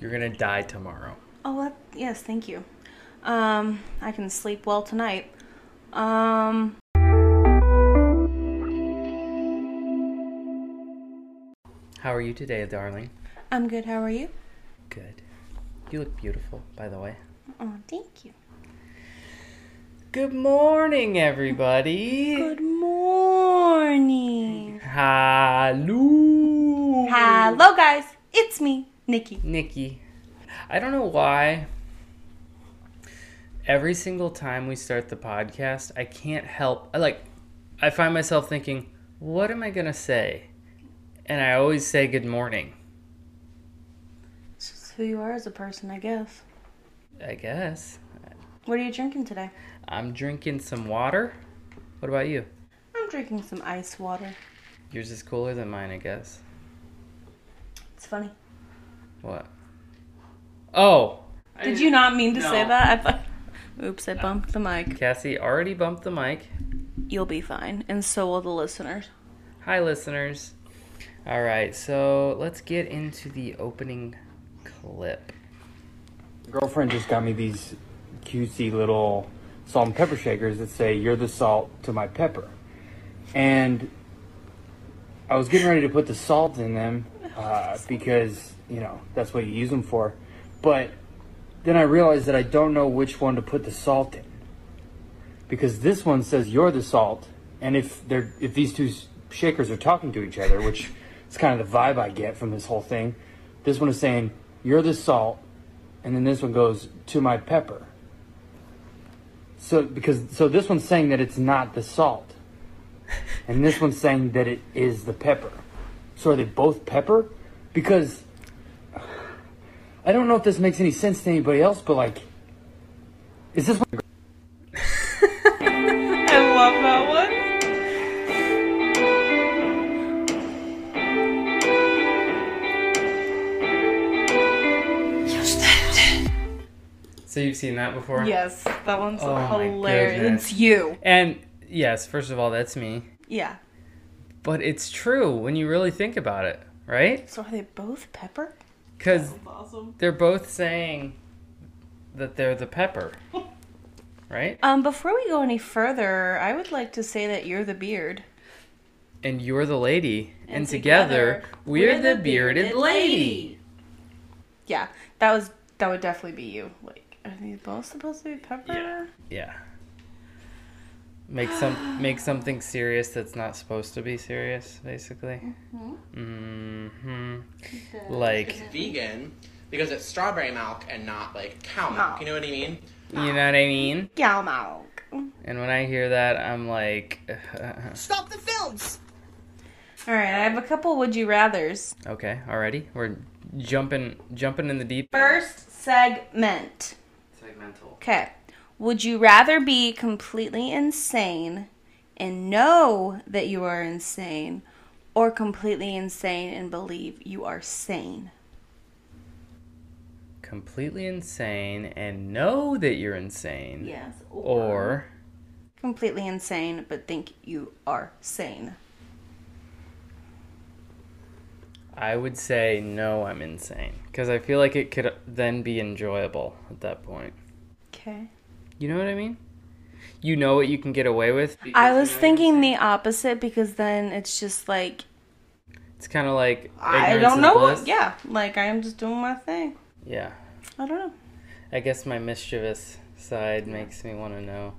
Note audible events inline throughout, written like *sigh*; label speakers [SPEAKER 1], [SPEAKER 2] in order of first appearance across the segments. [SPEAKER 1] You're gonna die tomorrow.
[SPEAKER 2] Oh, that, yes, thank you. Um, I can sleep well tonight. Um,
[SPEAKER 1] How are you today, darling?
[SPEAKER 2] I'm good. How are you?
[SPEAKER 1] Good. You look beautiful, by the way.
[SPEAKER 2] Oh, thank you.
[SPEAKER 1] Good morning, everybody.
[SPEAKER 2] Good morning.
[SPEAKER 1] Hello.
[SPEAKER 2] Hello, guys. It's me, Nikki.
[SPEAKER 1] Nikki. I don't know why. Every single time we start the podcast, I can't help. I like. I find myself thinking, "What am I gonna say?" And I always say, "Good morning."
[SPEAKER 2] It's just who you are as a person, I guess.
[SPEAKER 1] I guess.
[SPEAKER 2] What are you drinking today?
[SPEAKER 1] I'm drinking some water. What about you?
[SPEAKER 2] I'm drinking some ice water.
[SPEAKER 1] Yours is cooler than mine, I guess.
[SPEAKER 2] It's funny.
[SPEAKER 1] What? Oh. I
[SPEAKER 2] Did
[SPEAKER 1] didn't-
[SPEAKER 2] you not mean to say
[SPEAKER 1] No.
[SPEAKER 2] that? I thought. Oops, I bumped the mic.
[SPEAKER 1] *laughs* Cassie already bumped the mic.
[SPEAKER 2] You'll be fine, and so will the listeners.
[SPEAKER 1] Hi, listeners. All right, so let's get into the opening clip.
[SPEAKER 3] girlfriend just got me these cutesy little salt and pepper shakers that say you're the salt to my pepper and i was getting ready to put the salt in them uh, because you know that's what you use them for but then i realized that i don't know which one to put the salt in because this one says you're the salt and if they're if these two s- shakers are talking to each other which is kind of the vibe i get from this whole thing this one is saying you're the salt and then this one goes to my pepper. So because so this one's saying that it's not the salt, and this one's saying that it is the pepper. So are they both pepper? Because I don't know if this makes any sense to anybody else, but like, is this what
[SPEAKER 2] I love that one.
[SPEAKER 1] So you've seen that before?
[SPEAKER 2] Yes, that one's
[SPEAKER 1] Oh my
[SPEAKER 2] hilarious.
[SPEAKER 1] goodness.
[SPEAKER 2] It's you.
[SPEAKER 1] And yes, first of all, that's me.
[SPEAKER 2] Yeah.
[SPEAKER 1] But it's true when you really think about it, right?
[SPEAKER 2] So are they both pepper?
[SPEAKER 1] Because
[SPEAKER 2] Awesome.
[SPEAKER 1] they're both saying that they're the *laughs* pepper, right?
[SPEAKER 2] Um, before we go any further, I would like to say that you're the beard.
[SPEAKER 1] And you're the lady, and, together, we're, the bearded, lady.
[SPEAKER 2] Yeah, that was that would definitely be you. Like, are they both supposed to be pepper?
[SPEAKER 1] Yeah. Yeah. Make some make something serious that's not supposed to be serious, basically. Mm-hmm. Like,
[SPEAKER 4] vegan because it's strawberry milk and not like cow milk. You know what I mean?
[SPEAKER 1] you know what I mean?
[SPEAKER 2] Gal milk.
[SPEAKER 1] And when I hear that, I'm like, *laughs*
[SPEAKER 4] Stop the films.
[SPEAKER 2] All right, I have a couple would you rather's.
[SPEAKER 1] okay, already we're jumping jumping in the deep.
[SPEAKER 2] First segment.
[SPEAKER 1] Segmental.
[SPEAKER 2] Okay. Would you rather be completely insane and know that you are insane or completely insane and believe you are sane?
[SPEAKER 1] Completely insane and know that you're insane.
[SPEAKER 2] Yes.
[SPEAKER 1] Oh. Or
[SPEAKER 2] completely insane but think you are sane.
[SPEAKER 1] I would say no, I'm insane because I feel like it could then be enjoyable at that point.
[SPEAKER 2] Okay.
[SPEAKER 1] You know what I mean? You know what you can get away with.
[SPEAKER 2] I was thinking the opposite because then it's just like
[SPEAKER 1] It's kind of like
[SPEAKER 2] I
[SPEAKER 1] ignorance
[SPEAKER 2] don't
[SPEAKER 1] is
[SPEAKER 2] know
[SPEAKER 1] bliss.
[SPEAKER 2] what. Yeah, like I am just doing my thing.
[SPEAKER 1] Yeah.
[SPEAKER 2] I don't know.
[SPEAKER 1] I guess my mischievous side makes me want to know.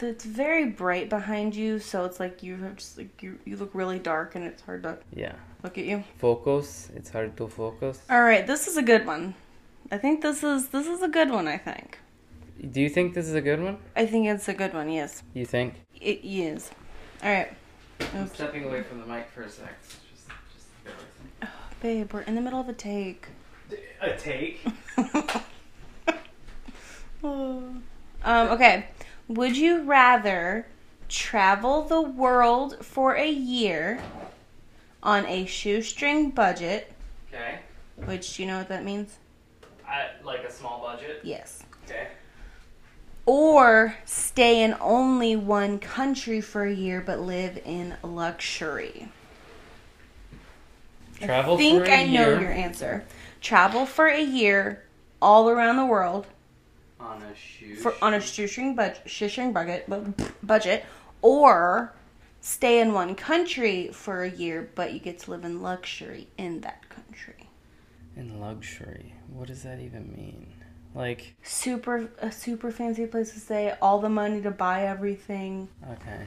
[SPEAKER 2] It's very bright behind you, so it's like you have just like you you look really dark and it's hard to
[SPEAKER 1] Yeah.
[SPEAKER 2] look at you.
[SPEAKER 1] Focus. It's hard to focus.
[SPEAKER 2] All right, this is a good one. I think this is this is a good one. I think.
[SPEAKER 1] Do you think this is a good one?
[SPEAKER 2] I think it's a good one. Yes,
[SPEAKER 1] You think?
[SPEAKER 2] it is. All right,
[SPEAKER 1] I'm stepping away from the mic for a sec. Just, just
[SPEAKER 2] babe, we're in the middle of a take.
[SPEAKER 1] a take.
[SPEAKER 2] *laughs* um, okay. Would you rather travel the world for a year on a shoestring budget,
[SPEAKER 1] Okay.
[SPEAKER 2] which you know what that means?
[SPEAKER 1] I, like a small budget.
[SPEAKER 2] Yes.
[SPEAKER 1] Okay.
[SPEAKER 2] Or stay in only one country for a year but live in luxury.
[SPEAKER 1] Travel
[SPEAKER 2] think
[SPEAKER 1] Oh, for a
[SPEAKER 2] I know
[SPEAKER 1] year.
[SPEAKER 2] your answer. travel for a year all around the world
[SPEAKER 1] On a shoe.
[SPEAKER 2] for on a shoestring budget, shoestring budget, bu- budget, or stay in one country for a year, but you get to live in luxury in that country.
[SPEAKER 1] In luxury. What does that even mean? Like,
[SPEAKER 2] Super, a super fancy place to stay, all the money to buy everything.
[SPEAKER 1] okay.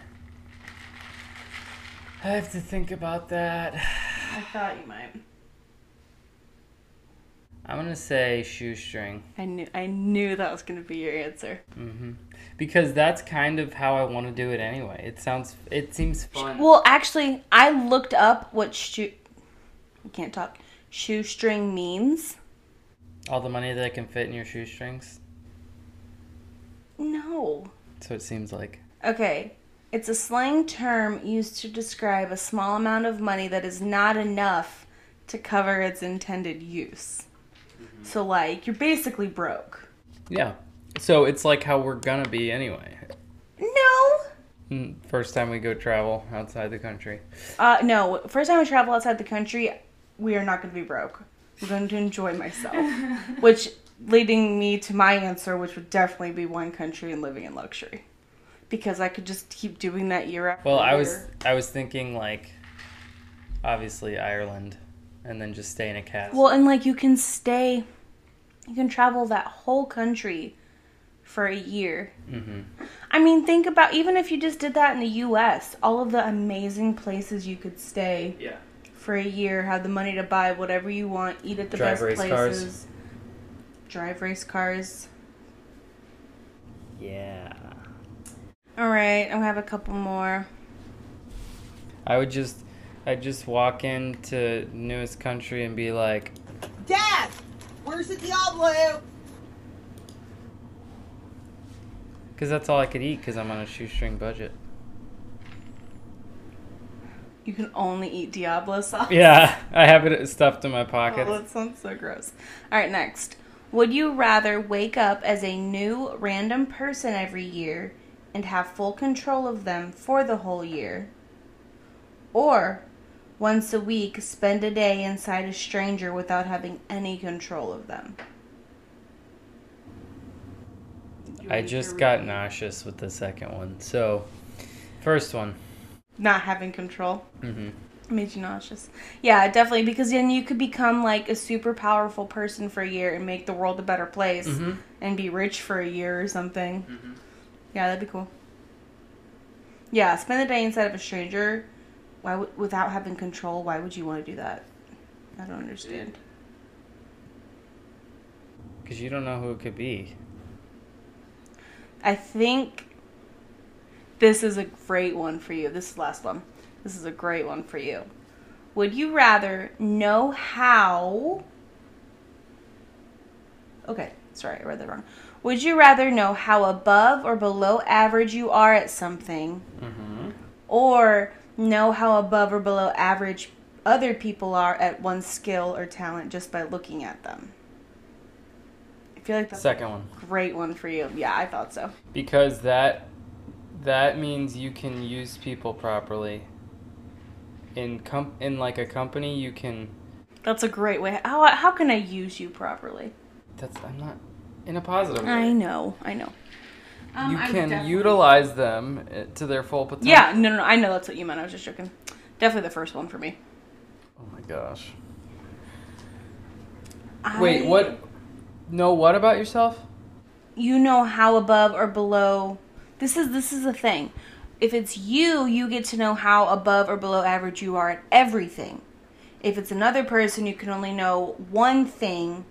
[SPEAKER 1] I have to think about that. *sighs*
[SPEAKER 2] I thought you might.
[SPEAKER 1] I'm gonna say shoestring.
[SPEAKER 2] I knew, I knew that was gonna be your answer.
[SPEAKER 1] hmm Because that's kind of how I want to do it anyway. It sounds, it seems fun.
[SPEAKER 2] Well, actually, I looked up what shoe. I can't talk. Shoestring means.
[SPEAKER 1] All the money that can fit in your shoestrings.
[SPEAKER 2] No.
[SPEAKER 1] So it seems like.
[SPEAKER 2] Okay. It's a slang term used to describe a small amount of money that is not enough to cover its intended use. So, like, you're basically broke.
[SPEAKER 1] Yeah. So it's like how we're gonna be anyway.
[SPEAKER 2] No!
[SPEAKER 1] Mm, First time we go travel outside the country.
[SPEAKER 2] Uh, no. First time I travel outside the country, we are not going to be broke. I'm going to enjoy myself. which, leading me to my answer, which would definitely be one country and living in luxury. Because I could just keep doing that year after
[SPEAKER 1] Well, I
[SPEAKER 2] year.
[SPEAKER 1] was I was thinking like, obviously Ireland, and then just stay in a castle.
[SPEAKER 2] Well, and like you can stay, you can travel that whole country for a year.
[SPEAKER 1] Mm-hmm.
[SPEAKER 2] I mean, think about even if you just did that in the U.S., all of the amazing places you could stay
[SPEAKER 1] yeah.
[SPEAKER 2] for a year, have the money to buy whatever you want, eat at the
[SPEAKER 1] Drive
[SPEAKER 2] best
[SPEAKER 1] race cars.
[SPEAKER 2] places, drive race cars.
[SPEAKER 1] Yeah.
[SPEAKER 2] All right, I'm gonna have a couple more.
[SPEAKER 1] I would just I'd just walk into newest country and be like,
[SPEAKER 5] Dad, where's the Diablo?
[SPEAKER 1] because that's all I could eat because I'm on a shoestring budget.
[SPEAKER 2] You can only eat Diablo sauce.
[SPEAKER 1] Yeah, *laughs* I have it stuffed in my
[SPEAKER 2] Oh,
[SPEAKER 1] pockets.
[SPEAKER 2] that sounds so gross. All right, next. Would you rather wake up as a new random person every year and have full control of them for the whole year? Or once a week spend a day inside a stranger without having any control of them?
[SPEAKER 1] I just got nauseous with the second one. So, first one.
[SPEAKER 2] Not having control.
[SPEAKER 1] hmm
[SPEAKER 2] Made you nauseous. Yeah, definitely. Because then you could become like a super powerful person for a year and make the world a better place
[SPEAKER 1] Mhm.
[SPEAKER 2] and be rich for a year or something. Yeah, that'd be cool. Yeah, spend the day inside of a stranger. Why w- without having control? Why would you want to do that? I don't understand.
[SPEAKER 1] Because you don't know who it could be.
[SPEAKER 2] I think this is a great one for you. This is the last one. This is a great one for you. Would you rather know how? Okay, sorry, I read that wrong. Would you rather know how above or below average you are at something, or know how above or below average other people are at one skill or talent just by looking at them? I feel like that's
[SPEAKER 1] Second one.
[SPEAKER 2] great one for you. Yeah, I thought so.
[SPEAKER 1] Because that that means you can use people properly. In com- in like a company, you can.
[SPEAKER 2] That's a great way. How how can I use you properly?
[SPEAKER 1] That's I'm not in a positive way.
[SPEAKER 2] I know, I know. Um,
[SPEAKER 1] You can utilize them eh, to their full potential.
[SPEAKER 2] Yeah, no, no, no, I know that's what you meant. I was just joking. Definitely the first one for me.
[SPEAKER 1] Oh my gosh.
[SPEAKER 2] I-
[SPEAKER 1] Wait, what? Know what about yourself?
[SPEAKER 2] You know how above or below? This is this is the thing. If it's you, you get to know how above or below average you are at everything. If it's another person, you can only know one thing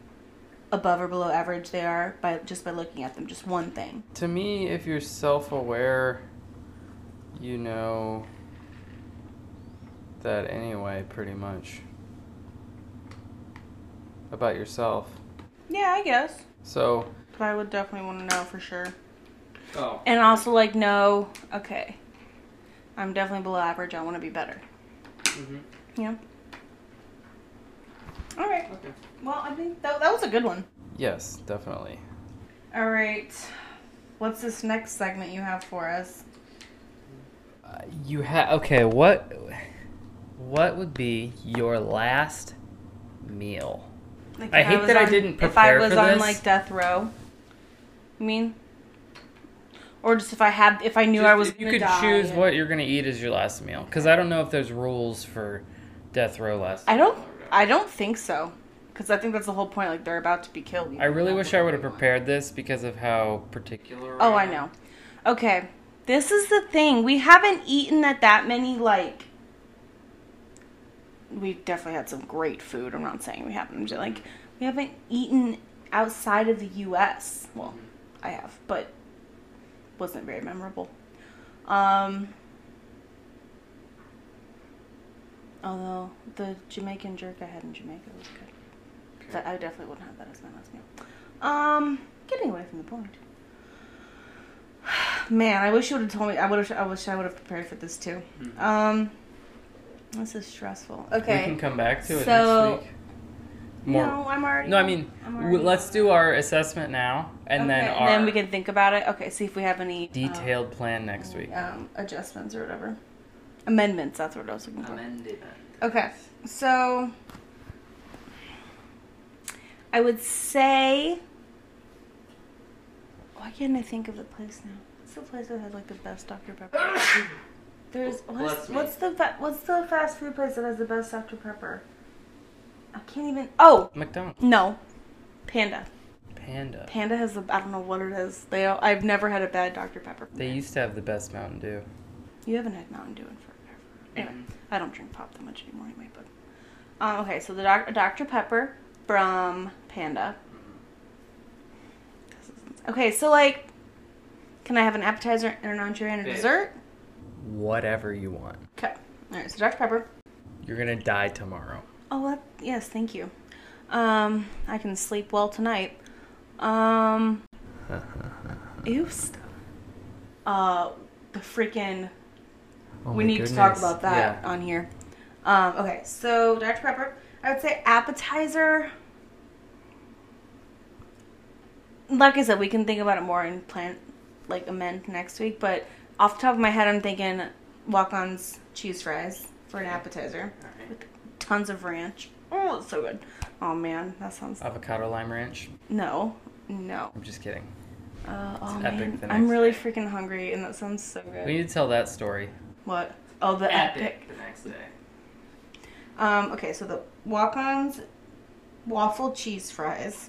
[SPEAKER 2] above or below average they are by just by looking at them, just one thing.
[SPEAKER 1] To me, if you're self-aware, you know that anyway, pretty much about yourself.
[SPEAKER 2] Yeah, I guess.
[SPEAKER 1] So.
[SPEAKER 2] But I would definitely want to know for sure.
[SPEAKER 1] Oh.
[SPEAKER 2] And also, like, no, okay, I'm definitely below average. I want to be better. Yeah. All right.
[SPEAKER 1] Mm-hmm. Okay.
[SPEAKER 2] Well, I think that, that was a good one.
[SPEAKER 1] Yes, definitely.
[SPEAKER 2] All right. What's this next segment you have for us?
[SPEAKER 1] You have okay. What what would be your last meal?
[SPEAKER 2] Like
[SPEAKER 1] I
[SPEAKER 2] if
[SPEAKER 1] hate
[SPEAKER 2] was
[SPEAKER 1] that I
[SPEAKER 2] on-
[SPEAKER 1] didn't
[SPEAKER 2] If I
[SPEAKER 1] prepare
[SPEAKER 2] was
[SPEAKER 1] for
[SPEAKER 2] on
[SPEAKER 1] this.
[SPEAKER 2] like death row, I mean, or just if I had, if I knew
[SPEAKER 1] Just
[SPEAKER 2] I was.
[SPEAKER 1] if you
[SPEAKER 2] gonna
[SPEAKER 1] could
[SPEAKER 2] die
[SPEAKER 1] choose
[SPEAKER 2] and-
[SPEAKER 1] what you're gonna eat as your last meal because i don't know if there's rules for death row last
[SPEAKER 2] I don't. I don't think so, because I think that's the whole point. Like they're about to be killed.
[SPEAKER 1] i really wish i would have prepared this because of how particular
[SPEAKER 2] Oh, I know. Okay, this is the thing. We haven't eaten at that many like. We've definitely had some great food. I'm not saying we haven't. I'm just like we haven't eaten outside of the U.S. Well, I have, but wasn't very memorable. Um. Although the Jamaican jerk I had in Jamaica was good, That- I definitely wouldn't have that as my last meal. Um, getting away from the point. *sighs* Man, I wish you would have told me. I would have. I wish I would have prepared for this too. Um, this is stressful.
[SPEAKER 1] Hmm. we can
[SPEAKER 2] Okay.
[SPEAKER 1] come back to it
[SPEAKER 2] So-
[SPEAKER 1] next week more
[SPEAKER 2] No, I'm already.
[SPEAKER 1] No, I mean,
[SPEAKER 2] I'm
[SPEAKER 1] w-
[SPEAKER 2] already-
[SPEAKER 1] let's do our assessment now, and then
[SPEAKER 2] Okay,
[SPEAKER 1] our
[SPEAKER 2] then we can think about it. Okay, see if we have any uh,
[SPEAKER 1] detailed plan next week.
[SPEAKER 2] um, adjustments or whatever. Amendments. That's what I was looking for. Okay, so I would say. Why can't I think of the place now? What's the place that has like the best Dr
[SPEAKER 4] *coughs*
[SPEAKER 2] Pepper? There's what's,
[SPEAKER 4] Bless me.
[SPEAKER 2] what's the fa- what's the fast food place that has the best Dr Pepper? I can't even. Oh
[SPEAKER 1] McDonald's,
[SPEAKER 2] no, Panda.
[SPEAKER 1] Panda.
[SPEAKER 2] Panda has the I don't know what it is. They all, I've never had a bad Dr Pepper.
[SPEAKER 1] They used to have the best Mountain Dew.
[SPEAKER 2] You haven't had Mountain Dew in forever. Anyway, I don't drink pop that much anymore anyway, but. Um, okay, so the doc- Dr. Pepper from Panda. This is- Okay, so like, can I have an appetizer and an entree and a
[SPEAKER 4] Yeah.
[SPEAKER 2] dessert?
[SPEAKER 1] Whatever you want.
[SPEAKER 2] Okay. All right, so Dr. Pepper.
[SPEAKER 1] You're gonna die tomorrow.
[SPEAKER 2] Oh, that, yes, thank you. Um, I can sleep well tonight. Um, oops. Uh, the freaking
[SPEAKER 1] Oh
[SPEAKER 2] we
[SPEAKER 1] my
[SPEAKER 2] need to talk
[SPEAKER 1] goodness.
[SPEAKER 2] about that
[SPEAKER 1] Yeah.
[SPEAKER 2] on here. Um, okay, so Dr. Pepper, I would say appetizer. Like I said, we can think about it more and plan, like amend next week. But off the top of my head, I'm thinking walk-ons cheese fries for an appetizer with tons of ranch. Oh, it's so good. Oh man, that sounds
[SPEAKER 1] Avocado lime ranch.
[SPEAKER 2] no, no.
[SPEAKER 1] I'm just kidding.
[SPEAKER 2] Uh, oh
[SPEAKER 1] epic
[SPEAKER 2] man,
[SPEAKER 1] the
[SPEAKER 2] I'm
[SPEAKER 1] next
[SPEAKER 2] really freaking hungry, and that sounds so
[SPEAKER 1] We
[SPEAKER 2] good.
[SPEAKER 1] need to tell that story.
[SPEAKER 2] What? Oh, the epic.
[SPEAKER 1] the next day.
[SPEAKER 2] Um, okay, so the walk ons waffle cheese fries.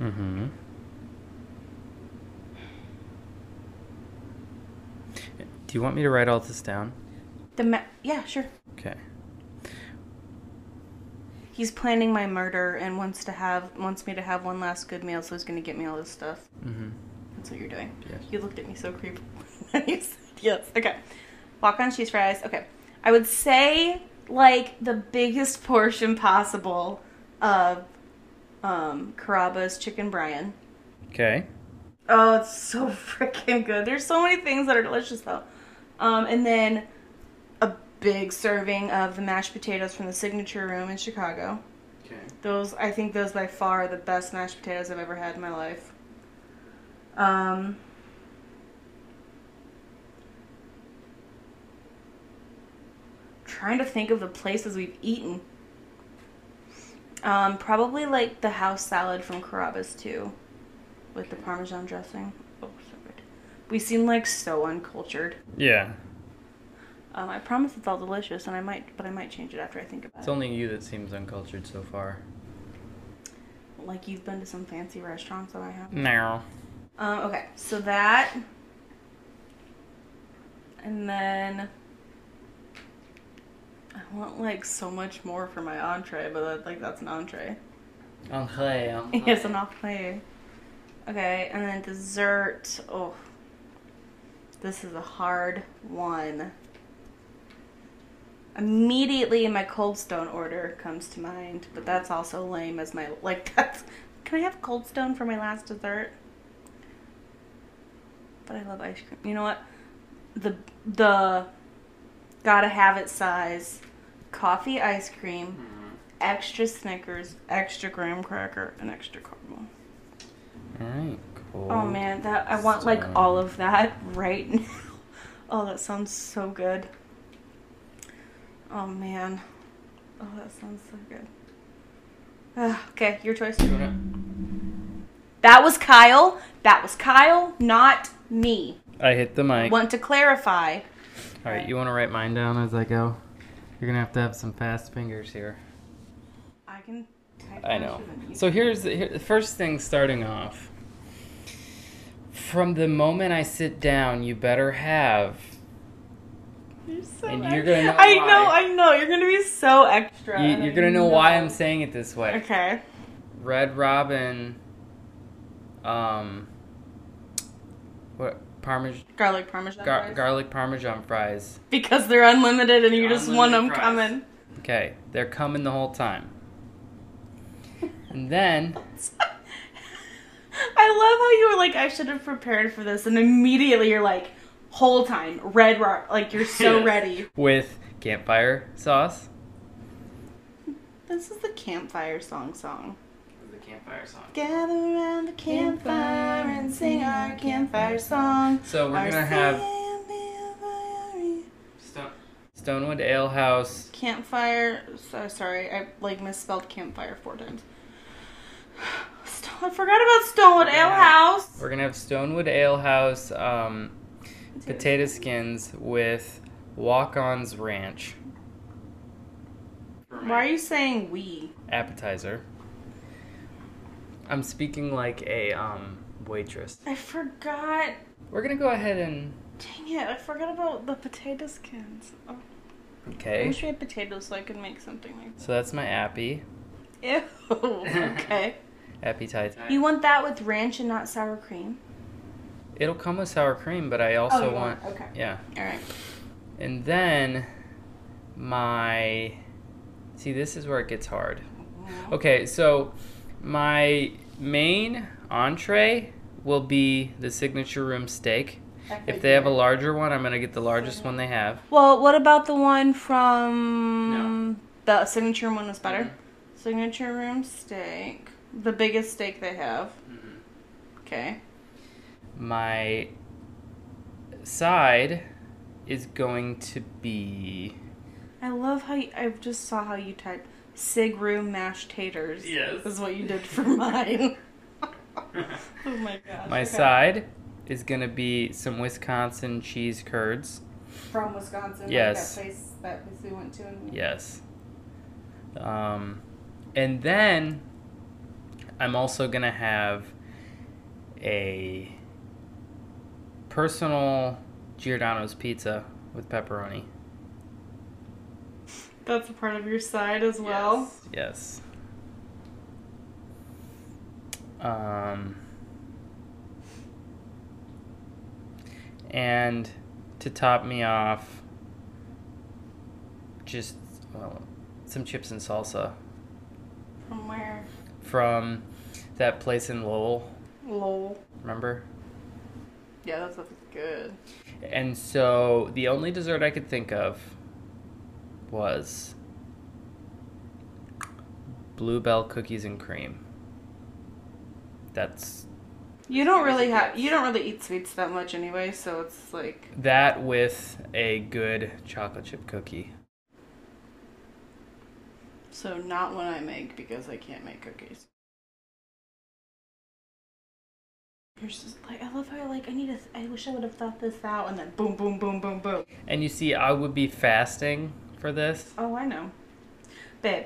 [SPEAKER 1] Mm-hmm. Do you want me to write all this down?
[SPEAKER 2] The ma- yeah, sure.
[SPEAKER 1] Okay.
[SPEAKER 2] He's planning my murder and wants to have wants me to have one last good meal, so he's gonna get me all this stuff.
[SPEAKER 1] Mm-hmm.
[SPEAKER 2] That's what you're doing.
[SPEAKER 1] Yes.
[SPEAKER 2] You looked at me so creepy. *laughs* when you said yes. Okay. Walk on cheese fries. Okay. I would say like the biggest *laughs* portion possible of um Carrabba's chicken Brian.
[SPEAKER 1] Okay.
[SPEAKER 2] Oh, it's so *laughs* freaking good. There's so many things that are delicious though. Um, and then a big serving of the mashed potatoes from the signature room in Chicago.
[SPEAKER 4] Okay.
[SPEAKER 2] Those I think those by far are the best mashed potatoes I've ever had in my life. Um Trying to think of the places we've eaten. Um, probably like the house salad from Carrabba's too, with the Parmesan dressing. Oh, so good. We seem like so uncultured.
[SPEAKER 1] Yeah.
[SPEAKER 2] Um, I promise it's all delicious, and I might, but I might change it after I think about
[SPEAKER 1] It's
[SPEAKER 2] it.
[SPEAKER 1] only you that seems uncultured so far.
[SPEAKER 2] Like you've been to some fancy restaurants that I have.
[SPEAKER 1] No.
[SPEAKER 2] Um, okay, so that. And then. I want like so much more for my entree, but that, like that's an entree.
[SPEAKER 1] Okay.
[SPEAKER 2] *laughs* Yes, an entree. Okay, and then dessert. Oh, this is a hard one. Immediately, my Cold Stone order comes to mind, but that's also lame as my like. *laughs* That's can I have Cold Stone for my last dessert? But I love ice cream. You know what? The the gotta have it size coffee ice cream extra Snickers, extra graham cracker, and extra caramel.
[SPEAKER 1] All right. Cool.
[SPEAKER 2] Oh man, that I want like
[SPEAKER 1] Stone.
[SPEAKER 2] all of that *laughs* right now. Oh, that sounds so good. Oh man. Oh, that sounds so good. Ugh, okay, your choice.
[SPEAKER 1] You wanna-
[SPEAKER 2] That was Kyle. That was Kyle, not me.
[SPEAKER 1] I hit the mic.
[SPEAKER 2] Want to clarify?
[SPEAKER 1] All right, you want to write mine down as I go? You're gonna have to have some fast fingers here.
[SPEAKER 2] I can. type
[SPEAKER 1] I
[SPEAKER 2] faster
[SPEAKER 1] know.
[SPEAKER 2] than you.
[SPEAKER 1] So here's the, here, the first thing starting off. From the moment I sit down, you better have.
[SPEAKER 2] You're so
[SPEAKER 1] and
[SPEAKER 2] ex-
[SPEAKER 1] you're gonna know
[SPEAKER 2] I
[SPEAKER 1] why.
[SPEAKER 2] know. I know. You're gonna be so extra.
[SPEAKER 1] You,
[SPEAKER 2] and
[SPEAKER 1] you're
[SPEAKER 2] I
[SPEAKER 1] gonna know why I'm saying it this way.
[SPEAKER 2] Okay.
[SPEAKER 1] Red Robin. Um. What parmesan?
[SPEAKER 2] Garlic parmesan.
[SPEAKER 1] Gar-
[SPEAKER 2] fries.
[SPEAKER 1] garlic parmesan fries.
[SPEAKER 2] because they're unlimited and you just want them
[SPEAKER 1] Unlimited fries.
[SPEAKER 2] coming.
[SPEAKER 1] Okay, they're coming the whole time.
[SPEAKER 2] *laughs*
[SPEAKER 1] And then
[SPEAKER 2] *laughs* I love how you were like, I should have prepared for this, and immediately you're like, whole time red rock, like you're
[SPEAKER 1] *laughs*
[SPEAKER 2] so
[SPEAKER 1] Yes.
[SPEAKER 2] ready.
[SPEAKER 1] with campfire sauce.
[SPEAKER 2] This is the campfire song song.
[SPEAKER 1] The campfire song.
[SPEAKER 2] Gather around the campfire and sing our campfire song.
[SPEAKER 1] So we're
[SPEAKER 2] Our
[SPEAKER 1] gonna have
[SPEAKER 2] sandy
[SPEAKER 1] Stone- Stonewood Ale House.
[SPEAKER 2] Campfire. So sorry, I like misspelled campfire four times. *sighs* Stone, I forgot about Stonewood Ale
[SPEAKER 1] Yeah.
[SPEAKER 2] House.
[SPEAKER 1] We're gonna have Stonewood Ale House um, potato skins with Walk On's Ranch
[SPEAKER 2] Why are you saying we?
[SPEAKER 1] appetizer. I'm speaking like a um, waitress.
[SPEAKER 2] I forgot.
[SPEAKER 1] We're gonna go ahead and
[SPEAKER 2] Dang it, I forgot about the potato skins. Oh, I
[SPEAKER 1] okay.
[SPEAKER 2] wish we had potatoes so I could make something
[SPEAKER 1] *laughs*
[SPEAKER 2] like
[SPEAKER 1] So that's my appy
[SPEAKER 2] Ew.
[SPEAKER 1] *laughs*
[SPEAKER 2] okay.
[SPEAKER 1] appetite.
[SPEAKER 2] You want that with ranch and not sour cream?
[SPEAKER 1] It'll come with sour cream, but I also
[SPEAKER 2] Oh, you
[SPEAKER 1] want
[SPEAKER 2] want- okay.
[SPEAKER 1] yeah.
[SPEAKER 2] Alright.
[SPEAKER 1] And then my see this is where it gets hard. Okay, so my main entree will be the signature room steak. If they have a larger one, I'm gonna get the largest one they have.
[SPEAKER 2] Well, what about the one from the signature one was better?
[SPEAKER 1] Mm-hmm.
[SPEAKER 2] Signature room steak. The biggest steak they have.
[SPEAKER 1] Mm-hmm.
[SPEAKER 2] Okay.
[SPEAKER 1] My side is going to be
[SPEAKER 2] I love how you, I just saw how you typed sig room mashed taters.
[SPEAKER 1] Yes.
[SPEAKER 2] Is what you did for *laughs* mine. oh my gosh.
[SPEAKER 1] my
[SPEAKER 2] okay.
[SPEAKER 1] side is gonna be some Wisconsin cheese curds.
[SPEAKER 2] From Wisconsin. like
[SPEAKER 1] Yes.
[SPEAKER 2] that place that place we went to in
[SPEAKER 1] Yes. Um, and then I'm also gonna have a personal Giordano's pizza with pepperoni.
[SPEAKER 2] That's a part of your side as well.
[SPEAKER 1] Yes. Um, and to top me off, just well, some chips and salsa
[SPEAKER 2] From where?
[SPEAKER 1] from that place in Lowell,
[SPEAKER 2] Lol.
[SPEAKER 1] remember?
[SPEAKER 2] Yeah, that stuff is good.
[SPEAKER 1] And so the only dessert I could think of was bluebell cookies and cream. That's
[SPEAKER 2] You don't really have you don't really eat sweets that much anyway, so it's like
[SPEAKER 1] that with a good chocolate chip cookie.
[SPEAKER 2] so not when I make because I can't make cookies. You're just like I love how you're like I need a I wish I would have thought this out and then boom boom boom boom boom.
[SPEAKER 1] And you see, I would be fasting for this.
[SPEAKER 2] Oh, I know. Babe.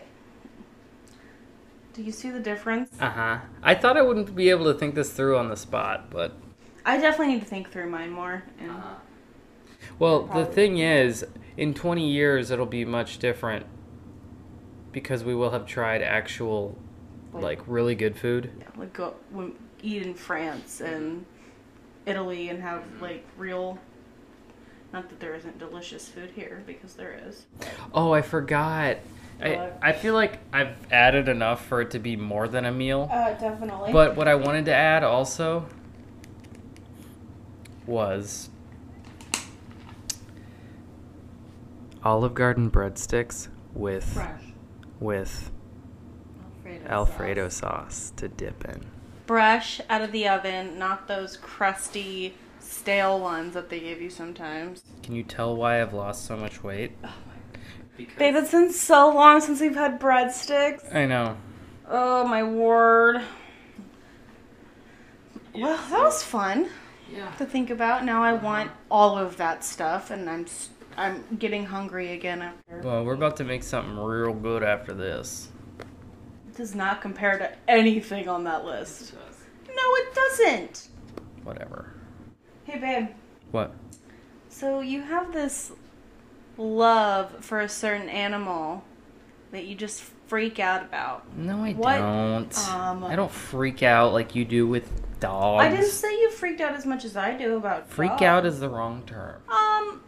[SPEAKER 2] Do you see the difference?
[SPEAKER 1] Uh huh. I thought I wouldn't be able to think this through on the spot, but
[SPEAKER 2] I definitely need to think through mine more and
[SPEAKER 1] Uh-huh. Well, the thing is, in 20 years, it'll be much different because we will have tried actual,
[SPEAKER 2] Like-
[SPEAKER 1] like, really good food.
[SPEAKER 2] yeah, like go when, eat in France and Italy and have like real. Not that there isn't delicious food here because there is.
[SPEAKER 1] Oh, I forgot. I,
[SPEAKER 2] What?
[SPEAKER 1] I feel like I've added enough for it to be more than a meal.
[SPEAKER 2] Uh, definitely.
[SPEAKER 1] But what I wanted to add also was Olive Garden breadsticks with with
[SPEAKER 2] Alfredo.
[SPEAKER 1] Alfredo sauce to dip in.
[SPEAKER 2] Brush out of the oven, not those crusty, stale ones that they give you sometimes.
[SPEAKER 1] Can you tell why I've lost so much weight?
[SPEAKER 2] Babe, it's been so long since we've had breadsticks.
[SPEAKER 1] I know.
[SPEAKER 2] Oh my word. Well, that was fun
[SPEAKER 1] Yeah.
[SPEAKER 2] to think about. Now I want all of that stuff, and I'm s- I'm getting hungry again. After.
[SPEAKER 1] Well, we're about to make something real good after this.
[SPEAKER 2] Does not compare to anything on that list. No, it doesn't.
[SPEAKER 1] Whatever.
[SPEAKER 2] Hey, babe.
[SPEAKER 1] What?
[SPEAKER 2] So you have this love for a certain animal that you just freak out about.
[SPEAKER 1] No, I
[SPEAKER 2] What,
[SPEAKER 1] don't.
[SPEAKER 2] um,
[SPEAKER 1] I don't freak out like you do with dogs.
[SPEAKER 2] I didn't say you freaked out as much as I do about
[SPEAKER 1] freak
[SPEAKER 2] dogs.
[SPEAKER 1] out is the wrong term.
[SPEAKER 2] Um,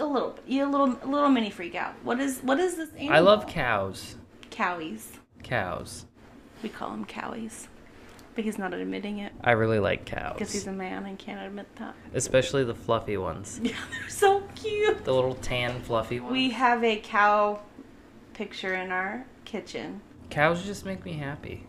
[SPEAKER 2] a little, bit. yeah, a little, a little mini freak out. What is, what is this animal?
[SPEAKER 1] I love cows.
[SPEAKER 2] cowies.
[SPEAKER 1] Cows.
[SPEAKER 2] We call him cowies, but he's not admitting it
[SPEAKER 1] I really like
[SPEAKER 2] because
[SPEAKER 1] cows,
[SPEAKER 2] he's a man and can't admit that. *laughs*
[SPEAKER 1] especially the fluffy ones,
[SPEAKER 2] Yeah, they're so cute.
[SPEAKER 1] the little tan fluffy ones.
[SPEAKER 2] We have a cow picture in our kitchen.
[SPEAKER 1] cows just make me happy.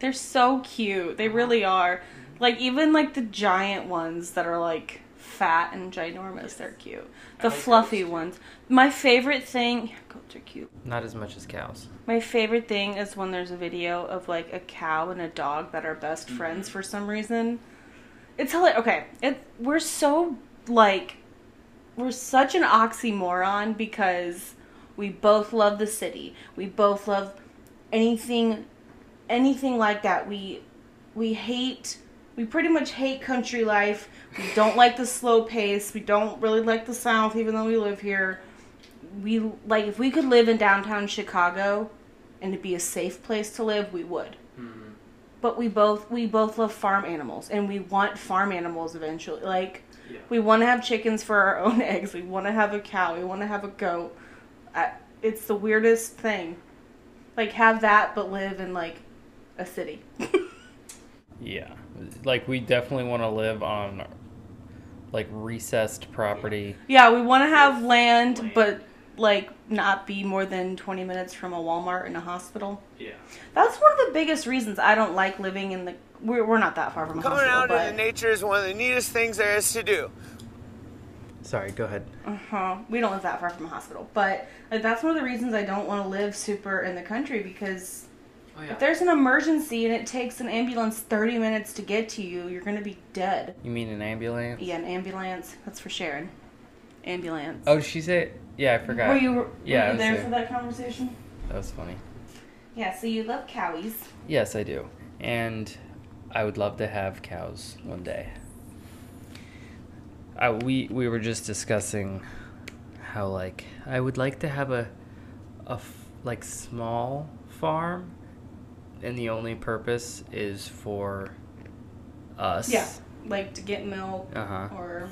[SPEAKER 2] They're so cute. They really are. Like even like the giant ones that are like fat and ginormous, they're cute. The fluffy ones. My favorite thing, yeah, goats are cute.
[SPEAKER 1] Not as much as cows.
[SPEAKER 2] My favorite thing is when there's a video of like a cow and a dog that are best friends for some reason. It's hilarious. Okay, it we're so like we're such an oxymoron because we both love the city. We both love anything anything like that. We we hate we pretty much hate country life. We don't like the slow pace. We don't really like the south even though we live here we like if we could live in downtown Chicago and it'd be a safe place to live, we would. But we both we both love farm animals and we want farm animals eventually. Like
[SPEAKER 1] Yeah.
[SPEAKER 2] we want to have chickens for our own *laughs* eggs. We want to have a cow. We want to have a goat. I, it's the weirdest thing. Like have that but live in like a city. *laughs*
[SPEAKER 1] Yeah. Like we definitely want to live on like recessed property.
[SPEAKER 2] yeah, we want to have land but like not be more than 20 minutes from a Walmart and a hospital.
[SPEAKER 1] Yeah.
[SPEAKER 2] That's one of the biggest reasons I don't like living in the. We're, we're not that far from a
[SPEAKER 6] Coming
[SPEAKER 2] hospital,
[SPEAKER 6] out
[SPEAKER 2] but
[SPEAKER 6] into nature is one of the neatest things there is to do.
[SPEAKER 1] Sorry, go ahead.
[SPEAKER 2] huh, Uh-huh. we don't live that far from a hospital. But like, that's one of the reasons I don't want to live super in the country because
[SPEAKER 6] Oh,
[SPEAKER 2] if there's an emergency and it takes an ambulance 30 minutes to get to you, you're gonna be dead.
[SPEAKER 1] You mean an ambulance?
[SPEAKER 2] Yeah, an ambulance. That's for Sharon. Ambulance.
[SPEAKER 1] Oh, did she say? Yeah, I forgot.
[SPEAKER 2] were you were
[SPEAKER 1] Yeah, I
[SPEAKER 2] you
[SPEAKER 1] was
[SPEAKER 2] there
[SPEAKER 1] there.
[SPEAKER 2] for that conversation?
[SPEAKER 1] That was funny.
[SPEAKER 2] Yeah. So you love cowies.
[SPEAKER 1] Yes, I do. And I would love to have cows one day. I, we we were just discussing how like I would like to have a a f- like small farm and the only purpose is for us.
[SPEAKER 2] Yeah. Like to get milk
[SPEAKER 1] Uh-huh.
[SPEAKER 2] or.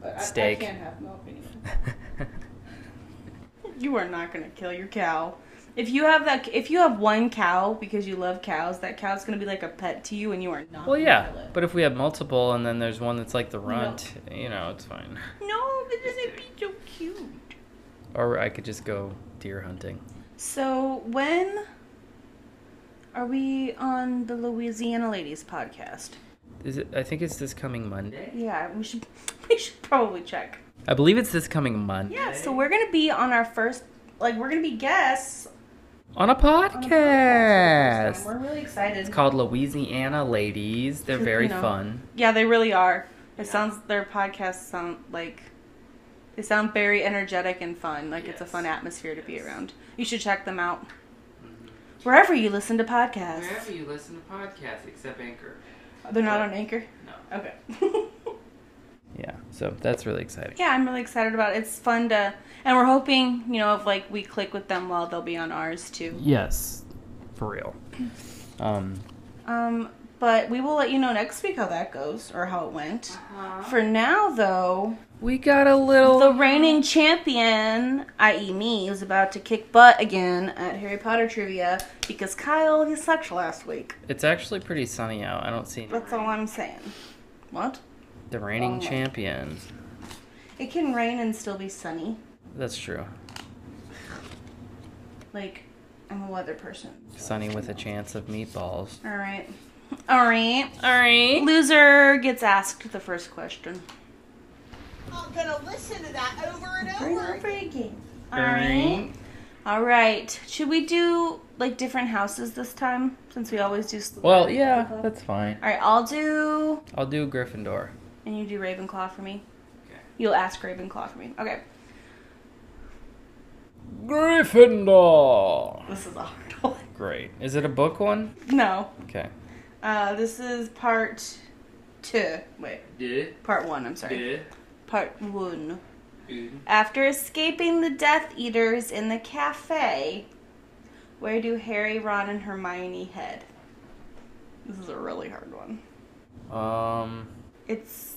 [SPEAKER 2] But I-
[SPEAKER 1] Steak.
[SPEAKER 2] I, can't have milk anymore. You are not gonna kill your cow. If you have that, if you have one cow because you love cows, that cow's gonna be like a pet to you, and you are
[SPEAKER 1] *laughs*
[SPEAKER 2] not.
[SPEAKER 1] well,
[SPEAKER 2] gonna
[SPEAKER 1] yeah.
[SPEAKER 2] kill it.
[SPEAKER 1] But if we have multiple and then there's one that's like the runt, you know, it's fine.
[SPEAKER 2] no, but then it'd be so cute.
[SPEAKER 1] Or I could just go deer hunting.
[SPEAKER 2] So when are we on the Louisiana Ladies podcast?
[SPEAKER 1] Is it I think it's this coming Monday.
[SPEAKER 2] Yeah, we should *laughs* we should probably check.
[SPEAKER 1] I believe it's this coming Monday.
[SPEAKER 2] Yeah, so we're gonna be on our first, like we're gonna be guests.
[SPEAKER 1] On a
[SPEAKER 2] on a podcast
[SPEAKER 1] podcast.
[SPEAKER 2] for the first time. We're really excited.
[SPEAKER 1] it's called Louisiana Ladies.
[SPEAKER 2] *laughs*
[SPEAKER 1] They're very
[SPEAKER 2] You know.
[SPEAKER 1] fun.
[SPEAKER 2] Yeah, they really are. It sounds their podcasts sound like they sound very energetic and fun. Like it's a fun atmosphere to be around. You should check them out. Wherever you listen to podcasts.
[SPEAKER 1] you listen to podcasts except Anchor.
[SPEAKER 2] They're not on Anchor?
[SPEAKER 1] No.
[SPEAKER 2] Okay. *laughs*
[SPEAKER 1] Yeah, so that's really exciting.
[SPEAKER 2] yeah, I'm really excited about it. It's fun to and we're hoping, you know, if like we click with them well they'll be on ours too.
[SPEAKER 1] Yes, for real. Um,
[SPEAKER 2] Um but we will let you know next week how that goes or how it went. For now though,
[SPEAKER 1] we got a little.
[SPEAKER 2] The reigning champion, i.e., me, was about to kick butt again at Harry Potter trivia because Kyle he sucked last week.
[SPEAKER 1] It's actually pretty sunny out. I don't see any.
[SPEAKER 2] That's all I'm saying. What?
[SPEAKER 1] the reigning
[SPEAKER 2] Oh.
[SPEAKER 1] champion.
[SPEAKER 2] It can rain and still be sunny.
[SPEAKER 1] That's true.
[SPEAKER 2] Like, I'm a weather person.
[SPEAKER 1] Sunny with a chance of meatballs.
[SPEAKER 2] All right. All right.
[SPEAKER 1] All right.
[SPEAKER 2] Loser gets asked the first question.
[SPEAKER 5] I'm gonna listen to that over and over. again.
[SPEAKER 2] All right. All right. Should we do like different houses this time since we always do? Slytherin?
[SPEAKER 1] Well, yeah, that's fine.
[SPEAKER 2] All right, I'll do.
[SPEAKER 1] I'll do Gryffindor.
[SPEAKER 2] And you do Ravenclaw for me. You'll ask Ravenclaw for me. Okay.
[SPEAKER 1] Gryffindor.
[SPEAKER 2] This is a *laughs* hard one.
[SPEAKER 1] Great. Is it a book one?
[SPEAKER 2] No.
[SPEAKER 1] Okay.
[SPEAKER 2] Uh, this is part two. Wait, part one. I'm sorry. Part one. After escaping the Death Eaters in the cafe, where do Harry, Ron, and Hermione head? This is a really hard one.
[SPEAKER 1] Um,
[SPEAKER 2] It's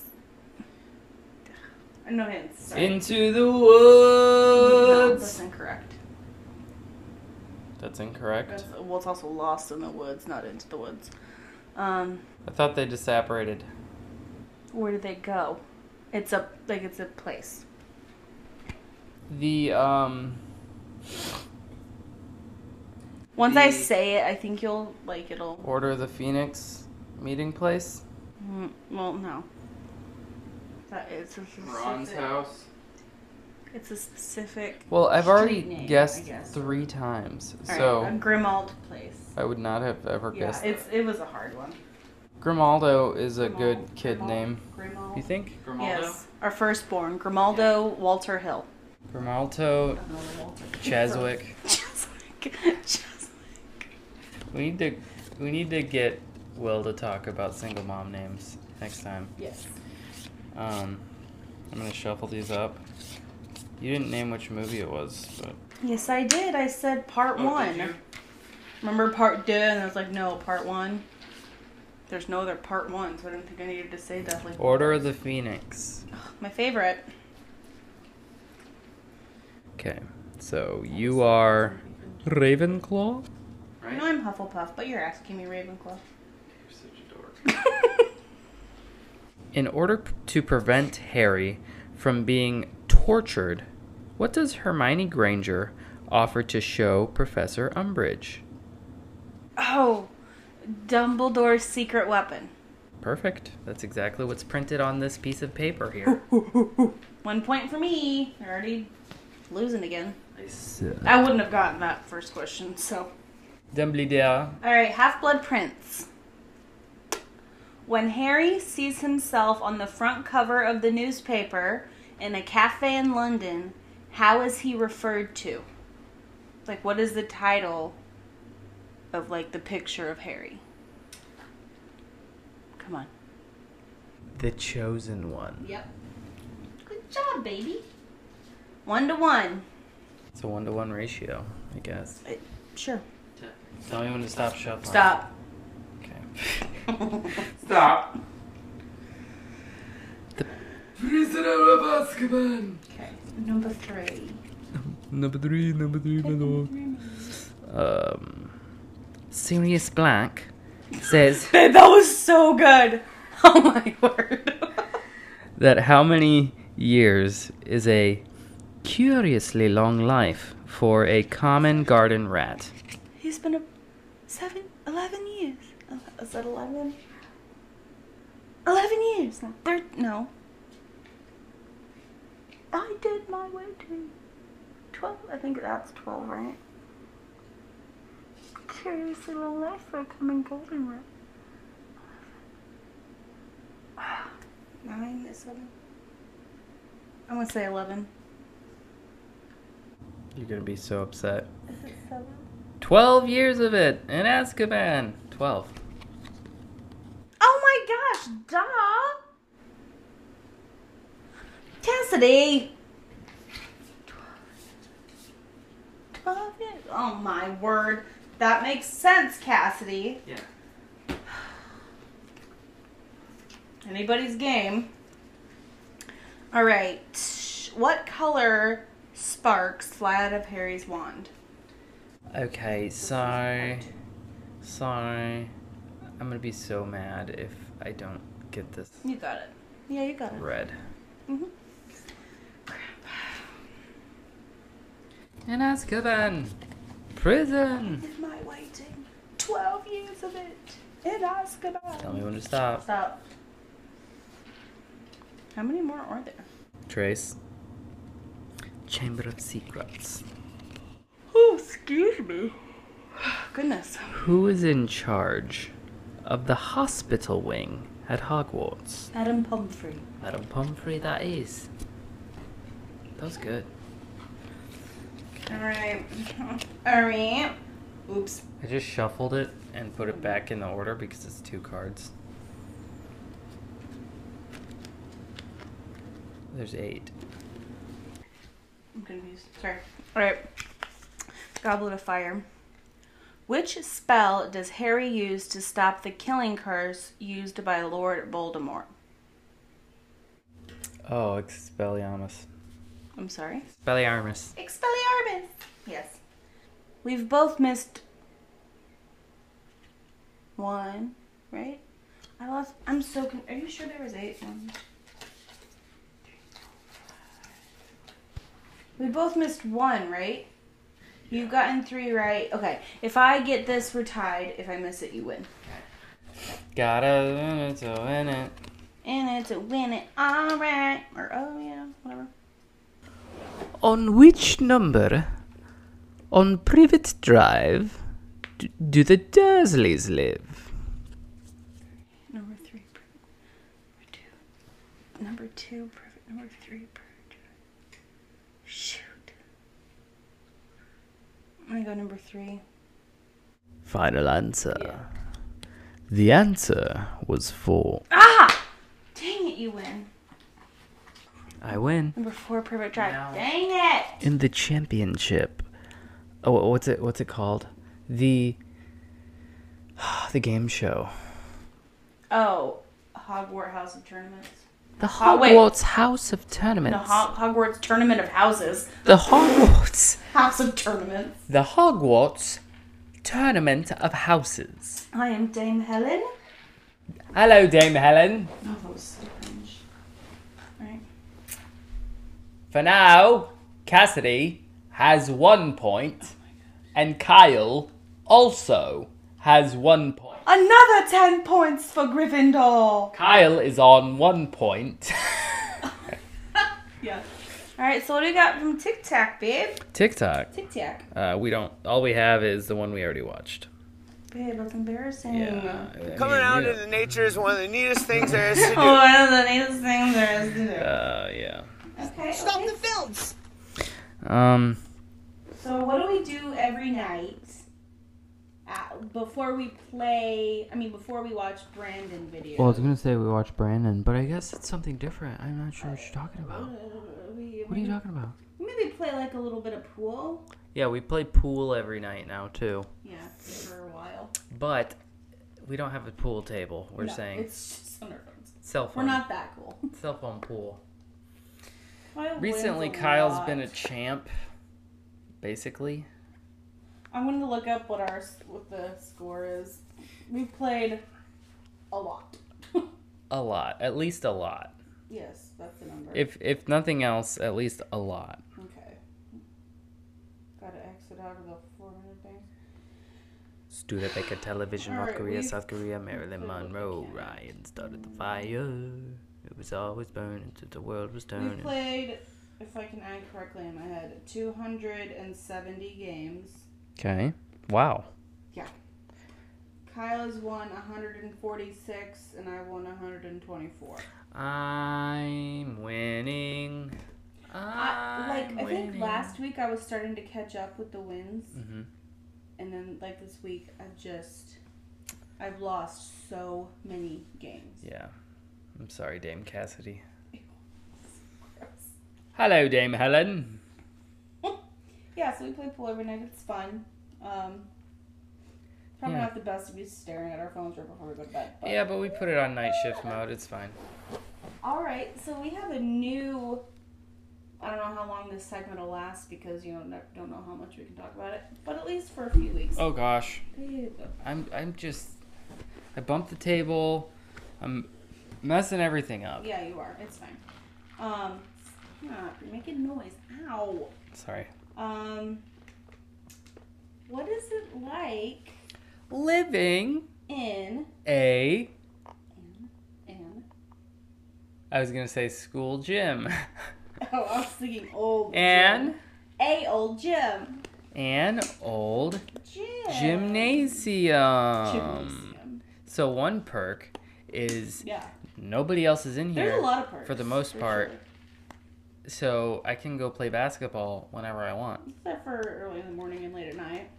[SPEAKER 2] no hints. Sorry.
[SPEAKER 1] into the
[SPEAKER 2] no, that's
[SPEAKER 1] woods.
[SPEAKER 2] incorrect.
[SPEAKER 1] That's incorrect.
[SPEAKER 2] That's, well, it's also lost in the woods, not into the woods. Um,
[SPEAKER 1] I thought they just separated.
[SPEAKER 2] where do they go? It's a like it's a place.
[SPEAKER 1] The um.
[SPEAKER 2] Once I
[SPEAKER 1] The-
[SPEAKER 2] say it, I think you'll like it'll.
[SPEAKER 1] Order of the Phoenix meeting place?
[SPEAKER 2] Mm, Well, no. That is a specific,
[SPEAKER 4] house.
[SPEAKER 2] It's a specific.
[SPEAKER 1] Well, I've already
[SPEAKER 2] Street name, I
[SPEAKER 1] guessed
[SPEAKER 2] guess.
[SPEAKER 1] three times,
[SPEAKER 2] All right,
[SPEAKER 1] so
[SPEAKER 2] a Grimald place.
[SPEAKER 1] I would not have ever
[SPEAKER 2] Yeah,
[SPEAKER 1] guessed.
[SPEAKER 2] it's it was a hard one.
[SPEAKER 1] Grimaldo is a good
[SPEAKER 2] Grimald,
[SPEAKER 1] kid
[SPEAKER 2] Grimald,
[SPEAKER 1] name.
[SPEAKER 2] Grimald.
[SPEAKER 1] You think?
[SPEAKER 2] Yes, our firstborn, Grimaldo Walter Hill.
[SPEAKER 1] Grimaldo
[SPEAKER 2] *laughs*
[SPEAKER 1] Cheswick.
[SPEAKER 2] Cheswick.
[SPEAKER 1] We need to we need to get Will to talk about single mom names next time.
[SPEAKER 2] Yes.
[SPEAKER 1] Um, I'm gonna shuffle these up. You didn't name which movie it was, but
[SPEAKER 2] Yes, I did. I said
[SPEAKER 4] Oh,
[SPEAKER 2] part one. Remember part two, and I was like, no, part one. There's no other part one, so I didn't think I needed to say that. Like,
[SPEAKER 1] Order of the Phoenix.
[SPEAKER 2] my favorite.
[SPEAKER 1] Okay, so you are Ravenclaw.
[SPEAKER 2] I know I'm Hufflepuff, but you're asking me Ravenclaw.
[SPEAKER 4] You're such a dork.
[SPEAKER 1] In order p- to prevent Harry from being tortured, what does Hermione Granger offer to show Professor Umbridge?
[SPEAKER 2] *laughs* oh, Dumbledore's secret weapon.
[SPEAKER 1] Perfect. That's exactly what's printed on this piece of paper here.
[SPEAKER 2] One point for me. They're already losing again.
[SPEAKER 1] I said-
[SPEAKER 2] I wouldn't have gotten that first question, so.
[SPEAKER 1] Dumbledore.
[SPEAKER 2] All right, Half Blood Prince. When Harry sees himself on the front cover of the newspaper in a cafe in London, how is he referred to? Like, what is the title of like the picture of Harry? Come on.
[SPEAKER 1] The chosen one.
[SPEAKER 2] Yep. Good job, baby. One to one.
[SPEAKER 1] It's a one to one ratio, I guess.
[SPEAKER 2] Uh, Sure.
[SPEAKER 1] Tell me when to stop shuffling.
[SPEAKER 2] Stop.
[SPEAKER 1] Okay.
[SPEAKER 4] Stop.
[SPEAKER 1] The-
[SPEAKER 4] Prisoner of Azkaban.
[SPEAKER 2] Okay. Number three.
[SPEAKER 1] Number three, number three, number one. Um, Sirius Black says
[SPEAKER 2] Babe, that was so good. *laughs* Oh my word. *laughs*
[SPEAKER 1] that how many years is a curiously long life for a common garden rat?
[SPEAKER 2] He's been a seven, eleven years. Uh, Is that eleven? Eleven years. No, thir- no. I did my way too. Twelve. I think that's twelve, right? Curious little life for coming golden rat. *sighs* Nine is seven. I want to say eleven.
[SPEAKER 1] You're gonna be so upset.
[SPEAKER 2] Is it seven?
[SPEAKER 1] Twelve years of it in Azkaban. Twelve.
[SPEAKER 2] Oh my gosh, duh! Cassidy! 12 years. Oh my word. That makes sense, Cassidy.
[SPEAKER 1] Yeah.
[SPEAKER 2] Anybody's game. Alright. What color sparks fly out of Harry's wand?
[SPEAKER 1] Okay, so, so I'm gonna be so mad if I don't get this
[SPEAKER 2] You got it. Yeah, you got it.
[SPEAKER 1] red.
[SPEAKER 2] Mhm.
[SPEAKER 1] In Azkaban, prison.
[SPEAKER 2] Am I waiting? 12 years of it. In Azkaban.
[SPEAKER 1] Tell me when to stop.
[SPEAKER 2] Stop. How many more are there?
[SPEAKER 1] Trace. Chamber of Secrets.
[SPEAKER 2] Oh, excuse me. Goodness.
[SPEAKER 1] Who is in charge of the hospital wing at Hogwarts?
[SPEAKER 2] Adam Pumphrey.
[SPEAKER 1] Madam Pomfrey, that is. That was good.
[SPEAKER 2] All right. All right. Oops.
[SPEAKER 1] I just shuffled it and put it back in the order because it's two cards. There's eight.
[SPEAKER 2] I'm confused. Sorry. All right. Goblet of Fire. Which spell does Harry use to stop the killing curse used by Lord Voldemort?
[SPEAKER 1] Oh, Expelliarmus.
[SPEAKER 2] I'm sorry.
[SPEAKER 1] Expelliarmus.
[SPEAKER 2] Expelliarmus. Yes. We've both missed one, right? I lost. I'm so. Con- Are you sure there was eight? One. We both missed one, right? You've gotten three right. Okay. If I get this, we're tied. If I miss it, you win.
[SPEAKER 1] Gotta win it to win it.
[SPEAKER 2] And it's a win it. All right. Or oh yeah, whatever.
[SPEAKER 1] On which number on Privet Drive d- do the Dursleys live?
[SPEAKER 2] Number three, perfect. Number two. Number two, perfect. Number three, perfect. Shoot. I'm gonna go number three.
[SPEAKER 1] Final answer. The answer was four.
[SPEAKER 2] Ah! Dang it, you win.
[SPEAKER 1] I win.
[SPEAKER 2] Number four, perfect drive. Dang it!
[SPEAKER 1] in the championship. Oh, wha- what's it? What's it called? The the game show.
[SPEAKER 2] Oh, Hogwarts House of Tournaments.
[SPEAKER 1] The
[SPEAKER 2] Oh, wait.
[SPEAKER 1] Hogwarts House of
[SPEAKER 2] The
[SPEAKER 1] Tournaments.
[SPEAKER 2] Ho- Hogwarts Tournament of Houses. *laughs*
[SPEAKER 1] the Hogwarts.
[SPEAKER 2] House of Tournaments.
[SPEAKER 1] The Hogwarts Tournament of Houses.
[SPEAKER 2] I am Dame Helen.
[SPEAKER 1] Hello, Dame Helen.
[SPEAKER 2] Oh, that was so cringe. Alright.
[SPEAKER 1] For now, Cassidy has one point, and Kyle also has one point.
[SPEAKER 2] Another 10 points for Gryffindor!
[SPEAKER 1] Kyle is on one point.
[SPEAKER 2] *laughs* Yeah. Alright, so what do we got from Tic Tac, babe?
[SPEAKER 1] TikTok.
[SPEAKER 2] Tic Tac.
[SPEAKER 1] Uh, we don't. All we have is the one we already watched.
[SPEAKER 2] Babe, that's embarrassing. *laughs*
[SPEAKER 6] Coming out into nature is one of the neatest things there is to
[SPEAKER 2] Oh,
[SPEAKER 6] do.
[SPEAKER 2] one of the neatest things there is to do.
[SPEAKER 1] Uh, yeah.
[SPEAKER 2] Okay.
[SPEAKER 5] Stop the films.
[SPEAKER 1] Um,
[SPEAKER 2] So what do we do every night uh, before we play? I mean, before we watch Brandon videos.
[SPEAKER 1] well, I was gonna say we watched Brandon, but I guess it's something different. I'm not sure what you're talking about.
[SPEAKER 2] we,
[SPEAKER 1] What are you talking about?
[SPEAKER 2] Maybe play like a little bit of pool.
[SPEAKER 1] Yeah, we play pool every night now too,
[SPEAKER 2] Yeah, for a while.
[SPEAKER 1] but we don't have a pool table. We're
[SPEAKER 2] No,
[SPEAKER 1] saying
[SPEAKER 2] it's just on our phones.
[SPEAKER 1] cell phone.
[SPEAKER 2] We're not that cool. *laughs*
[SPEAKER 1] cell phone pool.
[SPEAKER 2] Kyle wins
[SPEAKER 1] Recently,
[SPEAKER 2] a
[SPEAKER 1] Kyle's
[SPEAKER 2] lot.
[SPEAKER 1] been a champ. Basically,
[SPEAKER 2] I'm going to look up what our s- what the score is. We've played a lot. *laughs*
[SPEAKER 1] a lot. At least a lot.
[SPEAKER 2] yes, that's the number.
[SPEAKER 1] If if nothing else, at least a lot.
[SPEAKER 2] Okay. Gotta exit out of the four minute thing. *sighs*
[SPEAKER 1] Studebaker Television,
[SPEAKER 2] All
[SPEAKER 1] North
[SPEAKER 2] right,
[SPEAKER 1] Korea,
[SPEAKER 2] we've
[SPEAKER 1] South Korea, Marilyn
[SPEAKER 2] played with
[SPEAKER 1] Monroe. Ryan started the fire. It was always burning till the world was
[SPEAKER 2] We
[SPEAKER 1] turning.
[SPEAKER 2] played, if I can add correctly in my head, 270 games.
[SPEAKER 1] Okay. Wow.
[SPEAKER 2] Yeah. Kyle's won 146 and I won 124.
[SPEAKER 1] I'm winning.
[SPEAKER 2] I,
[SPEAKER 1] I'm
[SPEAKER 2] like, I think
[SPEAKER 1] winning.
[SPEAKER 2] last week I was starting to catch up with the wins.
[SPEAKER 1] Mhm.
[SPEAKER 2] And then, like, this week I've just. I've lost so many games.
[SPEAKER 1] Yeah. I'm sorry, Dame Cassidy. Hello, Dame Helen.
[SPEAKER 2] Yeah, so we play pool every night. It's fun. Um, probably
[SPEAKER 1] Yeah.
[SPEAKER 2] not the best if you're staring at our phones right before we go to bed. But.
[SPEAKER 1] Yeah, but we put it on night shift mode. It's fine.
[SPEAKER 2] All right, so we have a new. I don't know how long this segment will last because you know ne- don't know how much we can talk about it, but at least for a few weeks.
[SPEAKER 1] Oh gosh.
[SPEAKER 2] Babe,
[SPEAKER 1] I'm I'm just I bumped the table. I'm messing everything up.
[SPEAKER 2] Yeah, you are. It's fine. Um, stop. You're making noise. Ow.
[SPEAKER 1] Sorry.
[SPEAKER 2] Um, what is it like
[SPEAKER 1] Living
[SPEAKER 2] in
[SPEAKER 1] a
[SPEAKER 2] *laughs* and
[SPEAKER 1] I was gonna say school gym. *laughs*
[SPEAKER 2] oh, I was thinking old
[SPEAKER 1] and
[SPEAKER 2] gym. a old gym.
[SPEAKER 1] an old
[SPEAKER 7] Gym.
[SPEAKER 1] gymnasium.
[SPEAKER 2] Gymnasium.
[SPEAKER 1] So one perk is
[SPEAKER 2] Yeah.
[SPEAKER 1] nobody else is in here.
[SPEAKER 2] There's a lot of perks.
[SPEAKER 1] for the most part. So I can go play basketball whenever I want.
[SPEAKER 2] Except for early in the morning and late at night.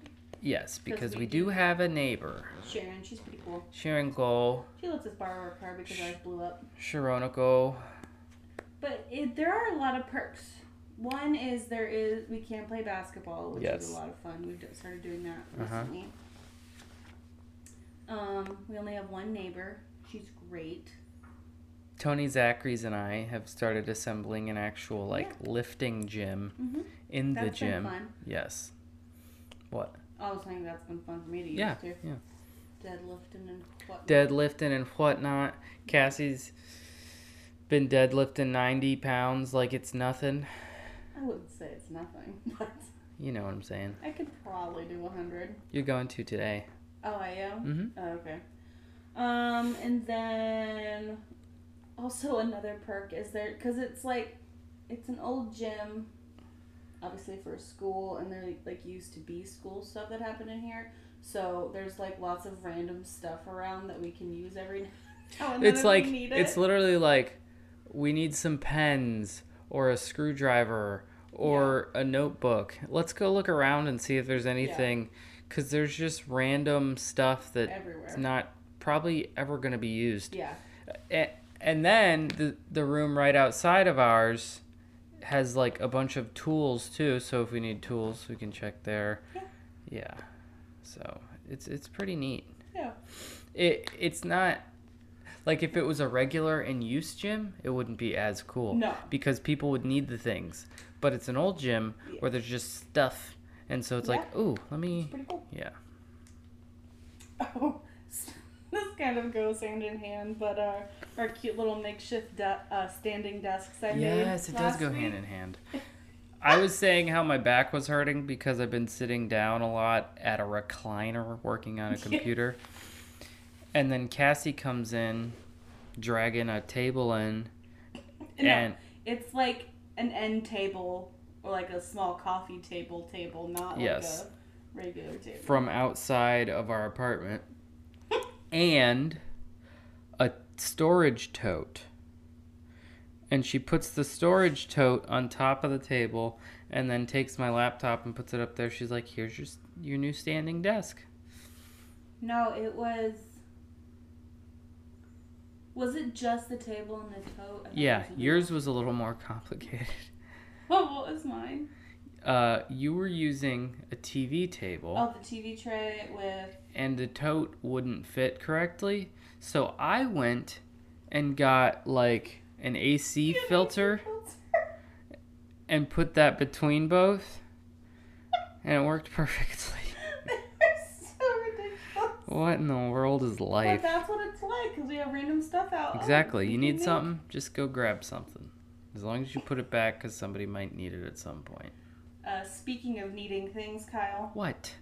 [SPEAKER 1] Yes, because
[SPEAKER 2] we
[SPEAKER 1] we
[SPEAKER 2] do-
[SPEAKER 1] do have a neighbor.
[SPEAKER 2] Sharon, she's pretty cool.
[SPEAKER 1] Sharon Goal,
[SPEAKER 2] She lets us borrow her car because ours blew up.
[SPEAKER 1] Sharonico.
[SPEAKER 2] But it, there are a lot of perks. One is there is we can play basketball, which is
[SPEAKER 1] Yes.
[SPEAKER 2] a lot of fun. We d- started doing that
[SPEAKER 1] Uh-huh.
[SPEAKER 2] recently. Um, we only have one neighbor. She's great.
[SPEAKER 1] Tony Zachary's and I have started assembling an actual like lifting gym
[SPEAKER 2] Mhm.
[SPEAKER 1] in the
[SPEAKER 2] That's been
[SPEAKER 1] gym.
[SPEAKER 2] fun.
[SPEAKER 1] Yes. What?
[SPEAKER 2] I was saying that's been fun for me to use
[SPEAKER 1] Yeah.
[SPEAKER 2] too.
[SPEAKER 1] Yeah.
[SPEAKER 2] Deadlifting and whatnot.
[SPEAKER 1] Deadlifting and whatnot. Cassie's been deadlifting 90 pounds like it's nothing.
[SPEAKER 2] I wouldn't say it's nothing, *laughs* but
[SPEAKER 1] You know what I'm saying.
[SPEAKER 2] I could probably do 100.
[SPEAKER 1] You're going to today.
[SPEAKER 2] Oh, I am.
[SPEAKER 1] Mhm.
[SPEAKER 2] Oh, okay. Um, and then also another perk is there because it's like it's an old gym, obviously for a school, and there like used to be school stuff that happened in here. So there's like lots of random stuff around that we can use every *laughs* now and then
[SPEAKER 1] it's
[SPEAKER 2] if
[SPEAKER 1] like
[SPEAKER 2] we need
[SPEAKER 1] it's
[SPEAKER 2] it.
[SPEAKER 1] literally like we need some pens or a screwdriver or a notebook. Let's go look around and see if there's anything cuz there's just random stuff that's
[SPEAKER 2] Everywhere.
[SPEAKER 1] not probably ever going to be used.
[SPEAKER 2] yeah.
[SPEAKER 1] A- And then the the room right outside of ours has like a bunch of tools too, so if we need tools, we can check there.
[SPEAKER 2] Yeah.
[SPEAKER 1] Yeah. So, it's it's pretty neat
[SPEAKER 2] Yeah.
[SPEAKER 1] it it's not like if it was a regular and use gym, it wouldn't be as cool.
[SPEAKER 2] No.
[SPEAKER 1] Because people would need the things. But it's an old gym
[SPEAKER 2] Yeah.
[SPEAKER 1] where there's just stuff. And so it's like, ooh, let me
[SPEAKER 2] Pretty cool. *laughs*
[SPEAKER 1] Yeah.
[SPEAKER 2] Oh, *laughs* this kind of goes hand in hand, but uh, our cute little makeshift de- uh, standing desks I made.
[SPEAKER 1] Yes, it does
[SPEAKER 2] last
[SPEAKER 1] go
[SPEAKER 2] week.
[SPEAKER 1] hand in
[SPEAKER 2] *laughs*
[SPEAKER 1] hand. I was saying how my back was hurting because I've been sitting down a lot at a recliner working
[SPEAKER 2] *laughs*
[SPEAKER 1] on a computer. And then Cassie comes in dragging a table in
[SPEAKER 2] No,
[SPEAKER 1] and
[SPEAKER 2] It's like an end table or like a small coffee table table, not
[SPEAKER 1] Yes.
[SPEAKER 2] like a regular table.
[SPEAKER 1] from outside of our apartment and a storage tote. And she puts the storage tote on top of the table and then takes my laptop and puts it up there. She's like, "Here's your s- your new standing desk."
[SPEAKER 2] No, it was. Was it just the table and the tote? I thought
[SPEAKER 1] Yeah,
[SPEAKER 2] it was-
[SPEAKER 1] yours was a little more *laughs* complicated.
[SPEAKER 2] *laughs* Oh, what was mine?
[SPEAKER 1] Uh, you were using a TV table.
[SPEAKER 2] Oh, the TV tray with.
[SPEAKER 1] and the tote wouldn't fit correctly. So I went and got like an AC filter and put that between both, and it worked *laughs* perfectly.
[SPEAKER 2] *laughs* They're so ridiculous.
[SPEAKER 1] What in the world is
[SPEAKER 2] But
[SPEAKER 1] life?
[SPEAKER 2] that's what it's like because we have random stuff out. Oh,
[SPEAKER 1] Exactly. You
[SPEAKER 2] we
[SPEAKER 1] need
[SPEAKER 2] can
[SPEAKER 1] something, just go grab something. As long as you put it back, because somebody might need it at some point.
[SPEAKER 2] make- Uh, speaking of needing things, Kyle,
[SPEAKER 1] What?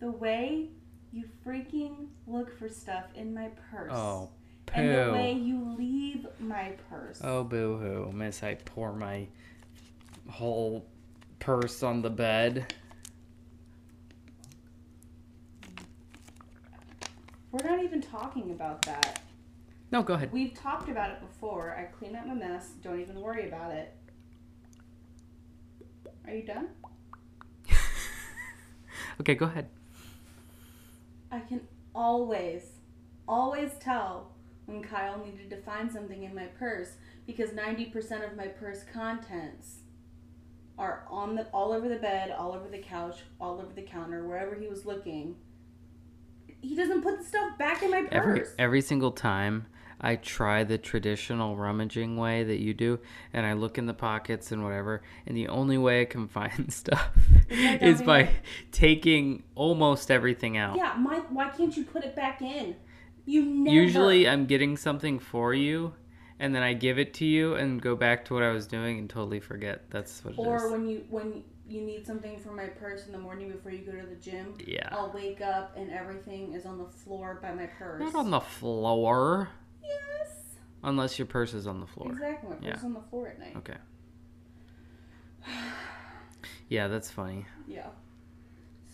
[SPEAKER 2] the way you freaking look for stuff in my purse.
[SPEAKER 1] Oh,
[SPEAKER 2] And the way
[SPEAKER 1] poo.
[SPEAKER 2] you leave my purse.
[SPEAKER 1] Oh, boo hoo. Miss, I pour my whole purse on the bed.
[SPEAKER 2] We're not even talking about that.
[SPEAKER 1] No, go ahead.
[SPEAKER 2] We've talked about it before. I clean up my mess. Don't even worry about it. Are you done?
[SPEAKER 1] Okay, go ahead.
[SPEAKER 2] I can always, always tell when Kyle needed to find something in my purse because 90% of my purse contents are on the all over the bed, all over the couch, all over the counter, wherever he was looking. He doesn't put the stuff back in my
[SPEAKER 1] Every
[SPEAKER 2] purse.
[SPEAKER 1] every single time I try the traditional rummaging way that you do, and I look in the pockets and whatever, and the only way I can *laughs* find stuff is
[SPEAKER 2] diving
[SPEAKER 1] by
[SPEAKER 2] in.
[SPEAKER 1] taking almost everything out.
[SPEAKER 2] yeah, my why can't you put it back in? You never
[SPEAKER 1] Usually, I'm getting something for you, and then I give it to you and go back to what I was doing and totally forget. That's what it is.
[SPEAKER 2] or when you when you need something from my purse in the morning before you go to the gym,
[SPEAKER 1] Yeah.
[SPEAKER 2] I'll wake up and everything is on the floor by my purse.
[SPEAKER 1] Not on the floor,
[SPEAKER 2] yes.
[SPEAKER 1] unless your purse is on the floor.
[SPEAKER 2] Exactly. My purse
[SPEAKER 1] Yeah.
[SPEAKER 2] on the floor at night.
[SPEAKER 1] Okay. *sighs* Yeah, that's funny.
[SPEAKER 2] Yeah.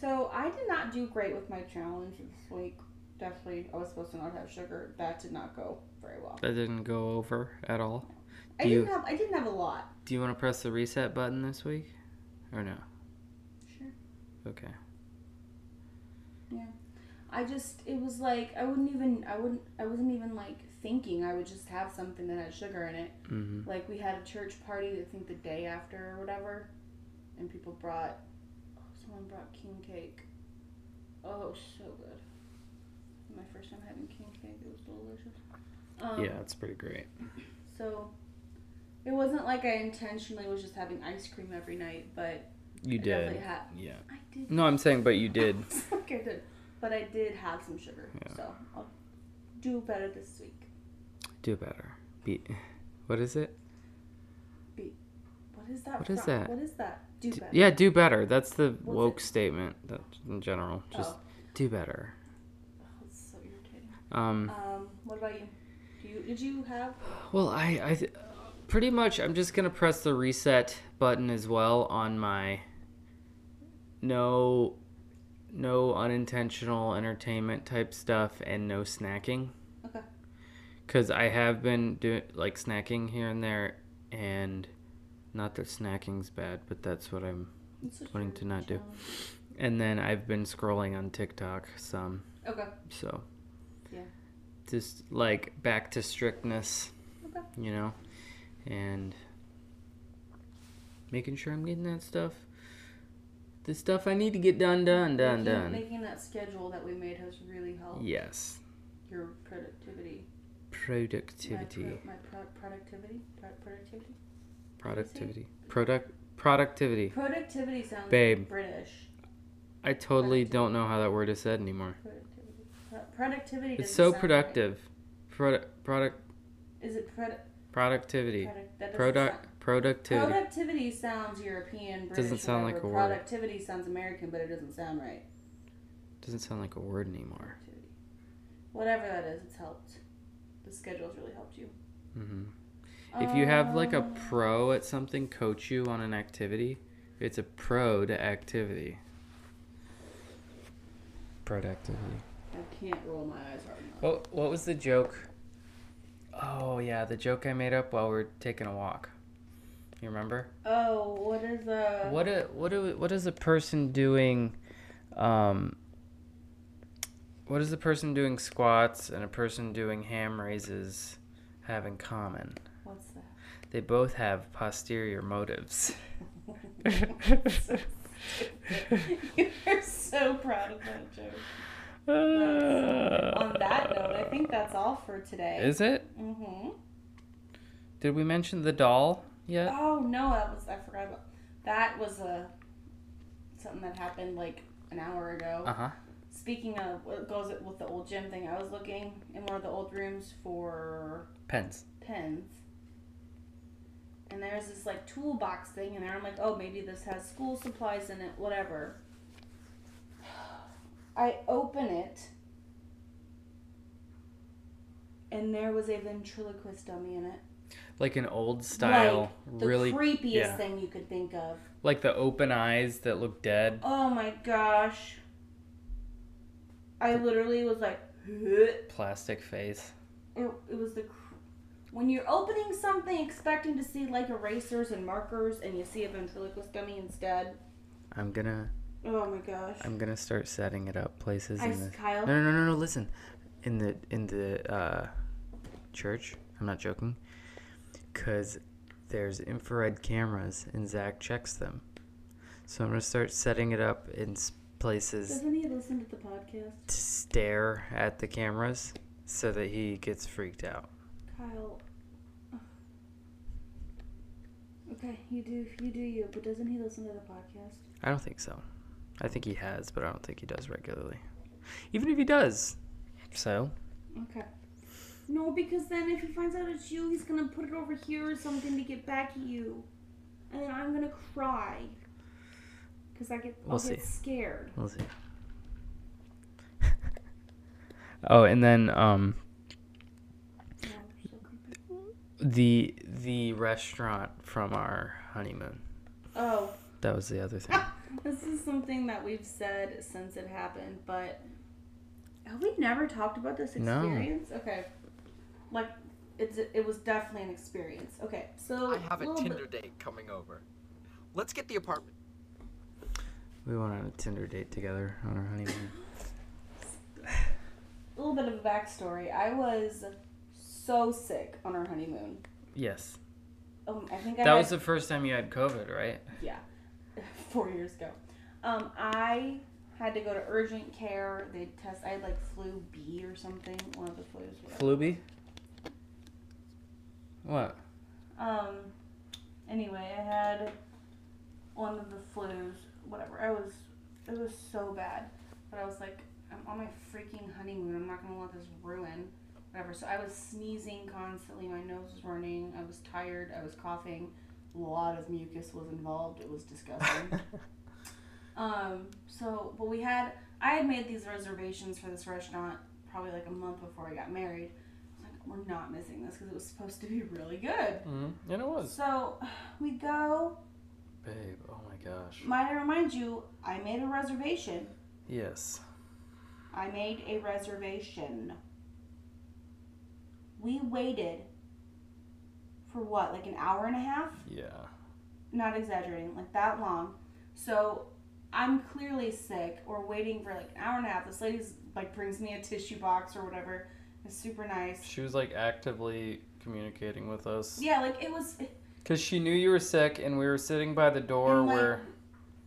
[SPEAKER 2] So I did not do great with my challenge this week. Definitely, I was supposed to not have sugar. That did not go very well.
[SPEAKER 1] That didn't go over at all.
[SPEAKER 2] I
[SPEAKER 1] Do you-
[SPEAKER 2] didn't have. I didn't have a lot.
[SPEAKER 1] Do you want to press the reset button this week, or no?
[SPEAKER 2] Sure.
[SPEAKER 1] Okay.
[SPEAKER 2] I just. It was like I wouldn't even. I wouldn't. I wasn't even like thinking. I would just have something that had sugar in it.
[SPEAKER 1] Mm-hmm.
[SPEAKER 2] Like we had a church party. I think the day after or whatever, and people brought. Oh, someone brought king cake. Oh, it was so good. My first time having king cake. It was delicious. Um,
[SPEAKER 1] Yeah, it's pretty great.
[SPEAKER 2] So it wasn't like I intentionally was just having ice cream every night, but
[SPEAKER 1] You
[SPEAKER 2] I
[SPEAKER 1] did.
[SPEAKER 2] definitely had.
[SPEAKER 1] Yeah.
[SPEAKER 2] I did.
[SPEAKER 1] No, I'm saying, but you did.
[SPEAKER 2] *laughs* okay, good. But I did have some sugar,
[SPEAKER 1] Yeah.
[SPEAKER 2] so I'll do better this week.
[SPEAKER 1] Do better. Be. What is it?
[SPEAKER 2] What is that?
[SPEAKER 1] What is
[SPEAKER 2] from?
[SPEAKER 1] that?
[SPEAKER 2] What is that? Do
[SPEAKER 1] D-
[SPEAKER 2] better.
[SPEAKER 1] yeah, do better. That's the
[SPEAKER 2] What's
[SPEAKER 1] woke
[SPEAKER 2] it?
[SPEAKER 1] statement. That in general, just
[SPEAKER 2] Oh,
[SPEAKER 1] do better.
[SPEAKER 2] oh, it's so irritating.
[SPEAKER 1] Um.
[SPEAKER 2] Um, what about you? Do you did you have?
[SPEAKER 1] Well, I, I th- pretty much I'm just gonna press the reset button as well on my no no unintentional entertainment type stuff and no snacking.
[SPEAKER 2] Okay.
[SPEAKER 1] Cause I have been doing like snacking here and there, and not that snacking's bad, but that's what I'm.
[SPEAKER 2] It's such a
[SPEAKER 1] Wanting to not do.
[SPEAKER 2] challenge.
[SPEAKER 1] And then I've been scrolling on TikTok some,
[SPEAKER 2] Okay.
[SPEAKER 1] so
[SPEAKER 2] Yeah.
[SPEAKER 1] just like back to strictness,
[SPEAKER 2] Okay.
[SPEAKER 1] you know, and making sure I'm getting that stuff, the stuff I need to get done, done, done,
[SPEAKER 2] making,
[SPEAKER 1] done.
[SPEAKER 2] Making that schedule that we made has really helped
[SPEAKER 1] Yes,
[SPEAKER 2] your productivity. My pro-
[SPEAKER 1] productivity,
[SPEAKER 2] My, pro- productivity. Pro-
[SPEAKER 1] productivity,
[SPEAKER 2] productivity.
[SPEAKER 1] product, productivity.
[SPEAKER 2] Productivity sounds
[SPEAKER 1] Babe.
[SPEAKER 2] British.
[SPEAKER 1] I totally don't know how that word is said anymore.
[SPEAKER 2] Productivity. Pro- productivity.
[SPEAKER 1] It's
[SPEAKER 2] doesn't
[SPEAKER 1] so
[SPEAKER 2] sound right.
[SPEAKER 1] productive. Product, product,
[SPEAKER 2] Is it product?
[SPEAKER 1] productivity,
[SPEAKER 2] product that doesn't
[SPEAKER 1] product,
[SPEAKER 2] sound-
[SPEAKER 1] productivity.
[SPEAKER 2] productivity sounds European. British,
[SPEAKER 1] Doesn't sound like
[SPEAKER 2] whatever.
[SPEAKER 1] a word.
[SPEAKER 2] Productivity sounds American, but it doesn't sound right.
[SPEAKER 1] Doesn't sound like a word anymore.
[SPEAKER 2] Productivity. Whatever that is, it's helped. The schedule's really helped you.
[SPEAKER 1] hmm If you have like a
[SPEAKER 2] Um,
[SPEAKER 1] pro at something coach you on an activity, it's a pro to activity. Productivity.
[SPEAKER 2] I can't roll my eyes hard enough.
[SPEAKER 1] What what was the joke? Oh yeah, the joke I made up while we were taking a walk. You remember?
[SPEAKER 2] Oh, what is a?
[SPEAKER 1] What a what do what is a person doing? Um, what is a person doing squats and a person doing ham raises have in common?
[SPEAKER 2] What's that? *laughs*
[SPEAKER 1] They both have posterior motives. *laughs*
[SPEAKER 2] You're so proud of that joke. On that note, I think that's all for today.
[SPEAKER 1] *sighs* Is it?
[SPEAKER 2] hmm
[SPEAKER 1] Did we mention the doll yet?
[SPEAKER 2] Oh no, that was I forgot about. That was a something that happened like an hour ago.
[SPEAKER 1] Uh huh.
[SPEAKER 2] Speaking of, it goes with the old gym thing. I was looking in one of the old rooms for
[SPEAKER 1] Pens.
[SPEAKER 2] pens. And there's this like toolbox thing in there. I'm like, oh, maybe this has school supplies in it, whatever. *sighs* I open it. And there was a ventriloquist dummy in it.
[SPEAKER 1] Like an old style,
[SPEAKER 2] The
[SPEAKER 1] really
[SPEAKER 2] creepiest
[SPEAKER 1] yeah.
[SPEAKER 2] thing you could think of.
[SPEAKER 1] like the open eyes that look dead.
[SPEAKER 2] Oh my gosh. I literally was like, *laughs* "Huh."
[SPEAKER 1] Plastic face.
[SPEAKER 2] it, it was the cr- when you're opening something expecting to see like erasers and markers and you see a ventriloquist dummy instead
[SPEAKER 1] I'm gonna
[SPEAKER 2] oh my gosh
[SPEAKER 1] I'm gonna start setting it up places
[SPEAKER 2] i
[SPEAKER 1] in the
[SPEAKER 2] kyle
[SPEAKER 1] No, no, no, no, no. Listen, in the in the uh, church, I'm not joking, because there's infrared cameras and Zach checks them. So I'm gonna start setting it up in s- places
[SPEAKER 2] doesn't he listen to the podcast
[SPEAKER 1] to stare at the cameras so that he gets freaked out.
[SPEAKER 2] kyle okay you do you do you but doesn't he listen to the podcast
[SPEAKER 1] I don't think so. I think he has, but I don't think he does regularly. Even if he does, so
[SPEAKER 2] okay no because then if he finds out it's you he's gonna put it over here or something to get back at you and then i'm gonna cry because i get,
[SPEAKER 1] We'll
[SPEAKER 2] I'll get
[SPEAKER 1] see.
[SPEAKER 2] scared
[SPEAKER 1] We'll see. *laughs* oh, and then um,
[SPEAKER 2] Yeah, so creepy.
[SPEAKER 1] the the restaurant from our honeymoon.
[SPEAKER 2] oh
[SPEAKER 1] That was the other *laughs* thing.
[SPEAKER 2] This is something that we've said since it happened, but have we never talked about this
[SPEAKER 1] No.
[SPEAKER 2] experience? Okay. Like it's it was definitely an experience. Okay. So
[SPEAKER 8] I have a
[SPEAKER 2] little
[SPEAKER 8] Tinder
[SPEAKER 2] bit-
[SPEAKER 8] date coming over. Let's get the apartment.
[SPEAKER 1] We went on a Tinder date together on our honeymoon.
[SPEAKER 2] a little bit of a backstory. I was so sick on our honeymoon.
[SPEAKER 1] Yes.
[SPEAKER 2] Um, I think I
[SPEAKER 1] That
[SPEAKER 2] had-
[SPEAKER 1] was the first time you had COVID, right?
[SPEAKER 2] yeah, *laughs* four years ago. Um, I had to go to urgent care. They test. I had like flu B or something. One of the flus. whatever.
[SPEAKER 1] Fluby? What?
[SPEAKER 2] Um. Anyway, I had one of the flus. Whatever. I was. It was so bad. But I was like, I'm on my freaking honeymoon. I'm not gonna let this ruin. Whatever. So I was sneezing constantly. My nose was running. I was tired. I was coughing. A lot of mucus was involved. It was disgusting. Um, so, but we had, I had made these reservations for this restaurant probably like a month before I got married. I was like, we're not missing this because it was supposed to be really good.
[SPEAKER 1] Mm, and it was.
[SPEAKER 2] So, we go.
[SPEAKER 1] Babe, oh my gosh.
[SPEAKER 2] Might I remind you, I made a reservation.
[SPEAKER 1] Yes.
[SPEAKER 2] I made a reservation. We waited for what, like an hour and a half?
[SPEAKER 1] Yeah.
[SPEAKER 2] not exaggerating, like that long. So I'm clearly sick or waiting for like an hour and a half. This lady's like brings me a tissue box or whatever. It's super nice.
[SPEAKER 1] She was like actively communicating with us.
[SPEAKER 2] Yeah, like it was.
[SPEAKER 1] Because she knew you were sick and we were sitting by the door
[SPEAKER 2] and, like,
[SPEAKER 1] where.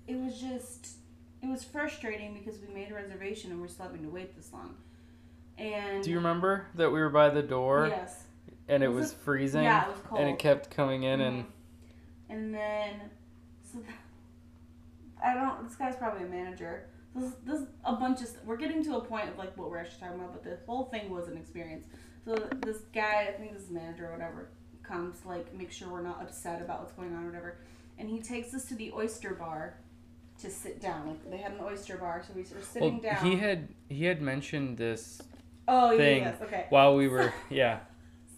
[SPEAKER 2] it was just it was frustrating because we made a reservation and we're still having to wait this long. And
[SPEAKER 1] Do you remember that we were by the door
[SPEAKER 2] Yes.
[SPEAKER 1] and it
[SPEAKER 2] Was
[SPEAKER 1] was
[SPEAKER 2] it-
[SPEAKER 1] freezing?
[SPEAKER 2] yeah, it was
[SPEAKER 1] And it
[SPEAKER 2] cold. Mm-hmm.
[SPEAKER 1] kept coming in and.
[SPEAKER 2] And then, so th- I don't. This guy's probably a manager. This, this a bunch of. st- We're getting to a point of like what we're actually talking about, but the whole thing was an experience. So this guy, I think this is manager or whatever, comes to, like make sure we're not upset about what's going on or whatever, and he takes us to the oyster bar to sit down. Like they had an oyster bar, so we were
[SPEAKER 1] Well,
[SPEAKER 2] sitting down.
[SPEAKER 1] he had he had mentioned this
[SPEAKER 2] oh yeah,
[SPEAKER 1] thing
[SPEAKER 2] yes, okay.
[SPEAKER 1] while we
[SPEAKER 2] *laughs*
[SPEAKER 1] were yeah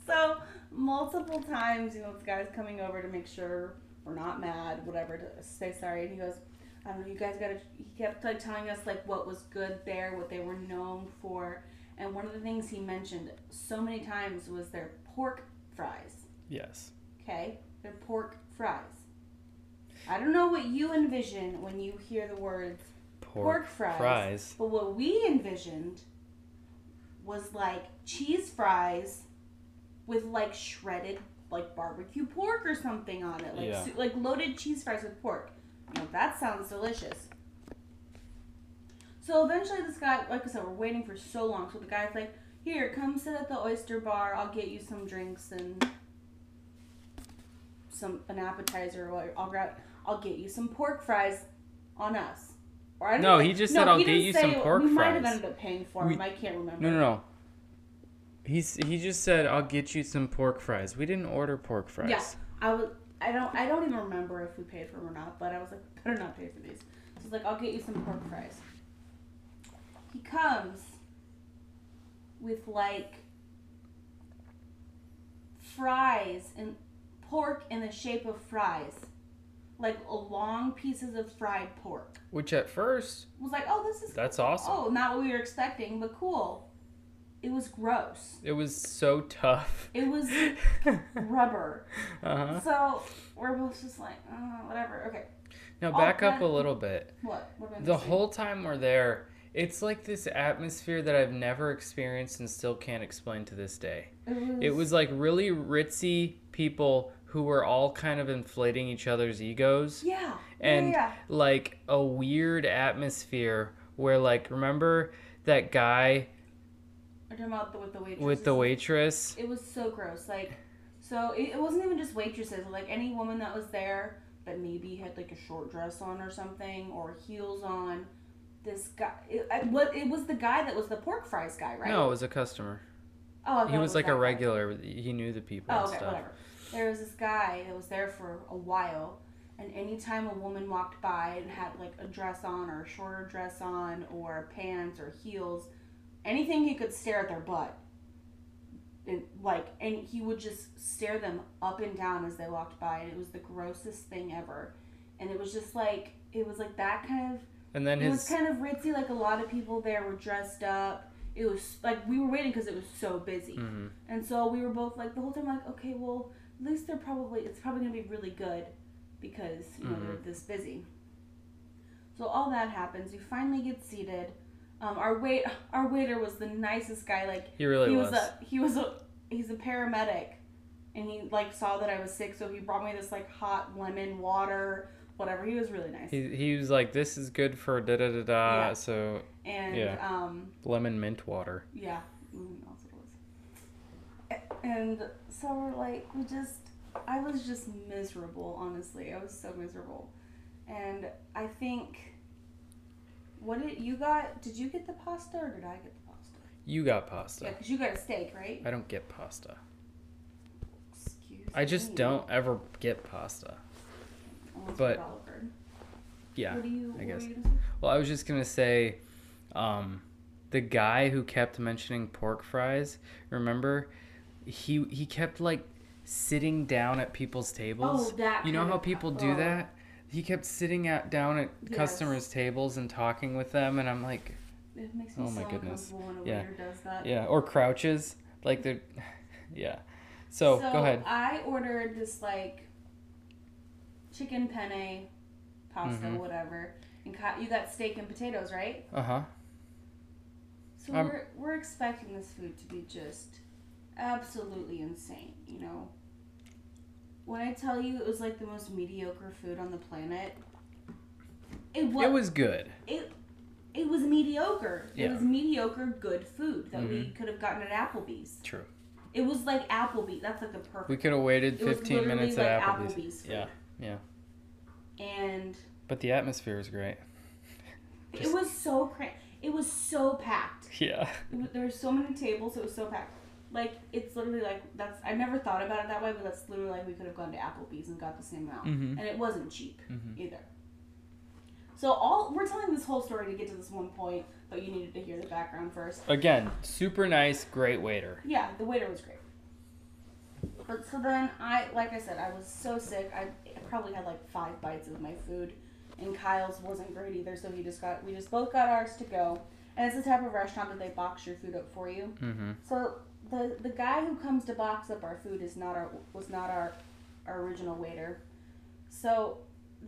[SPEAKER 2] So multiple times, you know, this guy's coming over to make sure we're not mad, whatever, to say sorry. And he goes, I don't know, you guys gotta. He kept like telling us like what was good there, what they were known for, and one of the things he mentioned so many times was their pork fries.
[SPEAKER 1] yes
[SPEAKER 2] Okay, their pork fries. I don't know what you envision when you hear the words pork fries.
[SPEAKER 1] fries.
[SPEAKER 2] But what we envisioned was like cheese fries with like shredded like barbecue pork or something on it, like
[SPEAKER 1] Yeah.
[SPEAKER 2] su- like loaded cheese fries with pork. Now that sounds delicious. So eventually, this guy, like I said, we're waiting for so long. So the guy's like, "Here, come sit at the oyster bar. I'll get you some drinks and some an appetizer. Or I'll grab. I'll get you some pork fries on us." Or I don't
[SPEAKER 1] No,
[SPEAKER 2] think-
[SPEAKER 1] he just said, "I'll
[SPEAKER 2] he
[SPEAKER 1] get
[SPEAKER 2] didn't
[SPEAKER 1] you
[SPEAKER 2] say
[SPEAKER 1] some
[SPEAKER 2] it.
[SPEAKER 1] pork
[SPEAKER 2] We might have
[SPEAKER 1] fries.
[SPEAKER 2] ended up paying for
[SPEAKER 1] We-
[SPEAKER 2] them. I can't remember.
[SPEAKER 1] no no no he's he just said I'll get you some pork fries we didn't order pork fries
[SPEAKER 2] Yeah, I was. I don't. I don't even remember if we paid for them or not. But I was like, better not pay for these. So I was like, I'll get you some pork fries. He comes with like fries and pork in the shape of fries, like long pieces of fried pork.
[SPEAKER 1] which at first
[SPEAKER 2] I was like, oh, this is
[SPEAKER 1] that's awesome
[SPEAKER 2] oh, not what we were expecting, but cool. It was gross.
[SPEAKER 1] it was so tough *laughs*
[SPEAKER 2] It was rubber.
[SPEAKER 1] uh-huh.
[SPEAKER 2] So we're both just like, uh, whatever. Okay,
[SPEAKER 1] now back up a
[SPEAKER 2] that-
[SPEAKER 1] little bit
[SPEAKER 2] what? What am I
[SPEAKER 1] the
[SPEAKER 2] missing?
[SPEAKER 1] whole time we're there it's like this atmosphere that I've never experienced and still can't explain to this day It was like really ritzy people who were all kind of inflating each other's egos
[SPEAKER 2] Yeah.
[SPEAKER 1] and
[SPEAKER 2] yeah,
[SPEAKER 1] like a weird atmosphere where like remember that guy
[SPEAKER 2] yeah. We're talking about the, with the waitress.
[SPEAKER 1] with the waitress?
[SPEAKER 2] It was so gross. Like, so it, it wasn't even just waitresses. Like any woman that was there that maybe had like a short dress on or something or heels on. This guy, it, I- what? It was the guy that was the pork fries guy, right?
[SPEAKER 1] No, it was a customer.
[SPEAKER 2] Oh, I thought
[SPEAKER 1] He
[SPEAKER 2] it
[SPEAKER 1] was like
[SPEAKER 2] that
[SPEAKER 1] a
[SPEAKER 2] guy.
[SPEAKER 1] regular. He knew the people
[SPEAKER 2] Oh,
[SPEAKER 1] and
[SPEAKER 2] okay,
[SPEAKER 1] stuff.
[SPEAKER 2] whatever. There was this guy that was there for a while, and anytime a woman walked by and had like a dress on or a shorter dress on or pants or heels, anything he could stare at their butt. And like, and he would just stare them up and down as they walked by, and it was the grossest thing ever. and it was just like it was like that kind of
[SPEAKER 1] And then
[SPEAKER 2] it was
[SPEAKER 1] his
[SPEAKER 2] kind of ritzy. Like a lot of people there were dressed up. It was like we were waiting because it was so busy,
[SPEAKER 1] Mm-hmm.
[SPEAKER 2] and so we were both like the whole time like, okay, well, at least they're probably it's probably gonna be really good because you
[SPEAKER 1] Mm-hmm.
[SPEAKER 2] know they're this busy. So all that happens. We finally get seated. Um, our wait our waiter was the nicest guy. Like
[SPEAKER 1] He really
[SPEAKER 2] he was.
[SPEAKER 1] was.
[SPEAKER 2] a he was a he's a paramedic, and he like saw that I was sick, so he brought me this like hot lemon water, whatever. He was really nice.
[SPEAKER 1] he, he was like, "This is good for da da da da."
[SPEAKER 2] Yeah.
[SPEAKER 1] So
[SPEAKER 2] and
[SPEAKER 1] yeah.
[SPEAKER 2] um,
[SPEAKER 1] lemon mint water.
[SPEAKER 2] Yeah, mm, that's what it was. A- And so we're like, we just, I was just miserable, honestly. I was so miserable. And I think, what did you got? Did you get the pasta or did I get the pasta?
[SPEAKER 1] You got
[SPEAKER 2] Yeah,
[SPEAKER 1] pasta.
[SPEAKER 2] because you got a steak, right?
[SPEAKER 1] I don't get pasta.
[SPEAKER 2] Excuse
[SPEAKER 1] I just
[SPEAKER 2] me.
[SPEAKER 1] don't ever get pasta.
[SPEAKER 2] Almost
[SPEAKER 1] but-
[SPEAKER 2] forgot what word.
[SPEAKER 1] Yeah,
[SPEAKER 2] what do you,
[SPEAKER 1] I
[SPEAKER 2] what
[SPEAKER 1] guess.
[SPEAKER 2] were you gonna say?
[SPEAKER 1] Well, I was just gonna say, um, the guy who kept mentioning pork fries. Remember, he he kept like sitting down at people's tables.
[SPEAKER 2] Oh, that
[SPEAKER 1] You know
[SPEAKER 2] kind
[SPEAKER 1] how
[SPEAKER 2] of-
[SPEAKER 1] people do
[SPEAKER 2] oh.
[SPEAKER 1] that. He kept sitting out down at
[SPEAKER 2] Yes.
[SPEAKER 1] customers' tables and talking with them, and I'm like,
[SPEAKER 2] It makes me
[SPEAKER 1] Oh my
[SPEAKER 2] so
[SPEAKER 1] goodness.
[SPEAKER 2] uncomfortable when a
[SPEAKER 1] Yeah.
[SPEAKER 2] waiter does that.
[SPEAKER 1] yeah, or crouches, like they're, *sighs* yeah. So, go ahead.
[SPEAKER 2] I ordered this like chicken penne, pasta,
[SPEAKER 1] Mhm.
[SPEAKER 2] whatever, and Ka- you got steak and potatoes, right?
[SPEAKER 1] Uh huh.
[SPEAKER 2] So
[SPEAKER 1] Um,
[SPEAKER 2] we're we're expecting this food to be just absolutely insane, you know. When I tell you it was like the most mediocre food on the planet, it was
[SPEAKER 1] It was good.
[SPEAKER 2] it it was mediocre. It
[SPEAKER 1] Yeah. Mm-hmm.
[SPEAKER 2] was mediocre good food that we could have gotten at Applebee's.
[SPEAKER 1] True.
[SPEAKER 2] It was like Applebee. That's like the perfect.
[SPEAKER 1] We could have waited
[SPEAKER 2] It was
[SPEAKER 1] 15
[SPEAKER 2] literally
[SPEAKER 1] minutes at
[SPEAKER 2] like
[SPEAKER 1] Applebee's.
[SPEAKER 2] Applebee's food.
[SPEAKER 1] yeah, yeah.
[SPEAKER 2] and
[SPEAKER 1] But the atmosphere was great. *laughs*
[SPEAKER 2] it was so cramped. It was so packed.
[SPEAKER 1] Yeah.
[SPEAKER 2] It was, there were so many tables. It was so packed. Like it's literally like that's. I never thought about it that way, but that's literally like we could have gone to Applebee's and got the same amount,
[SPEAKER 1] Mhm.
[SPEAKER 2] and it wasn't cheap
[SPEAKER 1] Mhm.
[SPEAKER 2] either. So all we're telling this whole story to get to this one point, but you needed to hear the background first.
[SPEAKER 1] Again, super nice, great waiter.
[SPEAKER 2] Yeah, the waiter was great. But so then I, like I said, I was so sick. I I probably had like five bites of my food, and Kyle's wasn't great either. So he just got, we just both got ours to go. And it's the type of restaurant that they box your food up for you.
[SPEAKER 1] Mm-hmm.
[SPEAKER 2] So the the guy who comes to box up our food is not our was not our, our original waiter. So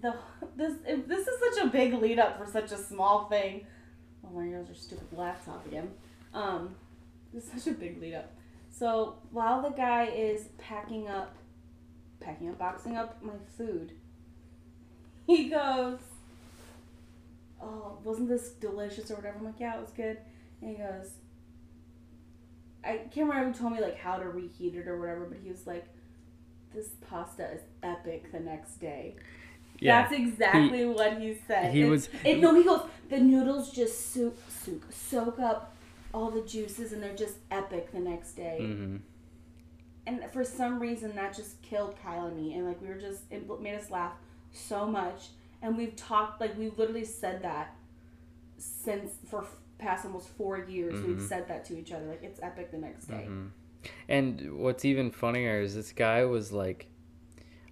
[SPEAKER 2] the *laughs* this if this is such a big lead up for such a small thing. Oh my gosh, your stupid laptop again. Um, this is such a big lead up. So while the guy is packing up, packing up, boxing up my food, *laughs* he goes, "Oh, wasn't this delicious or whatever?" I'm like, "Yeah, it was good." And he goes, I can't remember who told me like how to reheat it or whatever, but he was like, "This pasta is epic the next day."
[SPEAKER 1] Yeah.
[SPEAKER 2] That's exactly what he said.
[SPEAKER 1] he
[SPEAKER 2] It's-
[SPEAKER 1] was-
[SPEAKER 2] It, no, he goes. The noodles just soak, soak, soak up all the juices, and they're just epic the next day.
[SPEAKER 1] Mm-hmm.
[SPEAKER 2] And for some reason, that just killed Kyle and me, and like we were just it made us laugh so much. And we've talked like we've literally said that since for f- past almost four years.
[SPEAKER 1] Mm-hmm.
[SPEAKER 2] We've said that to each other like it's epic the next day.
[SPEAKER 1] And what's even funnier is this guy was like,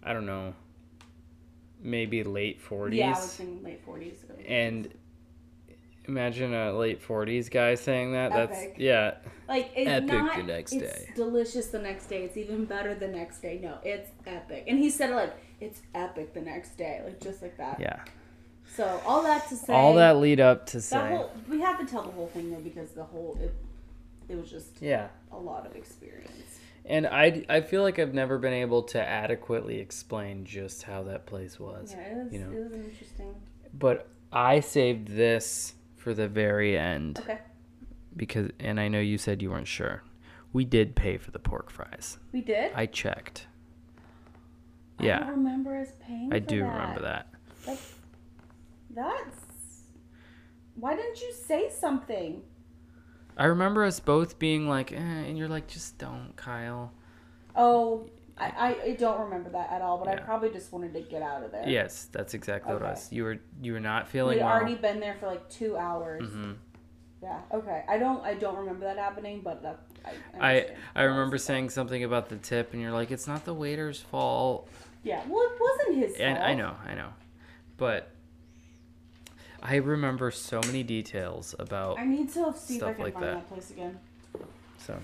[SPEAKER 1] I don't know, maybe late 40s.
[SPEAKER 2] Yeah, I was thinking late forties.
[SPEAKER 1] and imagine a late 40s guy saying that.
[SPEAKER 2] Epic.
[SPEAKER 1] That's, yeah.
[SPEAKER 2] like it's
[SPEAKER 1] epic
[SPEAKER 2] not,
[SPEAKER 1] the next
[SPEAKER 2] it's
[SPEAKER 1] day.
[SPEAKER 2] delicious the next day. It's even better the next day. No, it's epic. And he said it like it's epic the next day, like just like that.
[SPEAKER 1] Yeah.
[SPEAKER 2] So all that to say,
[SPEAKER 1] All that lead up to
[SPEAKER 2] that
[SPEAKER 1] say.
[SPEAKER 2] whole we had to tell the whole thing though because the whole it, it was just
[SPEAKER 1] Yeah.
[SPEAKER 2] a lot of experience.
[SPEAKER 1] And I, I feel like I've never been able to adequately explain just how that place was.
[SPEAKER 2] Yeah, it was,
[SPEAKER 1] you know.
[SPEAKER 2] it was interesting.
[SPEAKER 1] But I saved this for the very end.
[SPEAKER 2] Okay,
[SPEAKER 1] because and I know you said you weren't sure. We did pay for the pork fries.
[SPEAKER 2] we did.
[SPEAKER 1] I checked.
[SPEAKER 2] I don't
[SPEAKER 1] Yeah,
[SPEAKER 2] remember us paying.
[SPEAKER 1] I
[SPEAKER 2] for
[SPEAKER 1] do remember that.
[SPEAKER 2] That's why didn't you say something?
[SPEAKER 1] I remember us both being like, eh, and you're like, just don't, Kyle.
[SPEAKER 2] Oh, I, I don't remember that at all, but I
[SPEAKER 1] Yeah.
[SPEAKER 2] probably just wanted to get out of there.
[SPEAKER 1] Yes, that's exactly what
[SPEAKER 2] Okay.
[SPEAKER 1] it was. You were you were not
[SPEAKER 2] We
[SPEAKER 1] feeling
[SPEAKER 2] had
[SPEAKER 1] well.
[SPEAKER 2] already been there for like two hours.
[SPEAKER 1] Mhm.
[SPEAKER 2] Yeah. Okay. I don't. I don't remember that happening, but that. I.
[SPEAKER 1] I
[SPEAKER 2] understand.
[SPEAKER 1] I remember saying something about the tip, and you're like, it's not the waiter's fault.
[SPEAKER 2] Yeah. Well, it wasn't his fault.
[SPEAKER 1] And I know, I know. but I remember so many details about.
[SPEAKER 2] I need to see if I
[SPEAKER 1] Stuff
[SPEAKER 2] can
[SPEAKER 1] like
[SPEAKER 2] find
[SPEAKER 1] that.
[SPEAKER 2] that. place again.
[SPEAKER 1] So,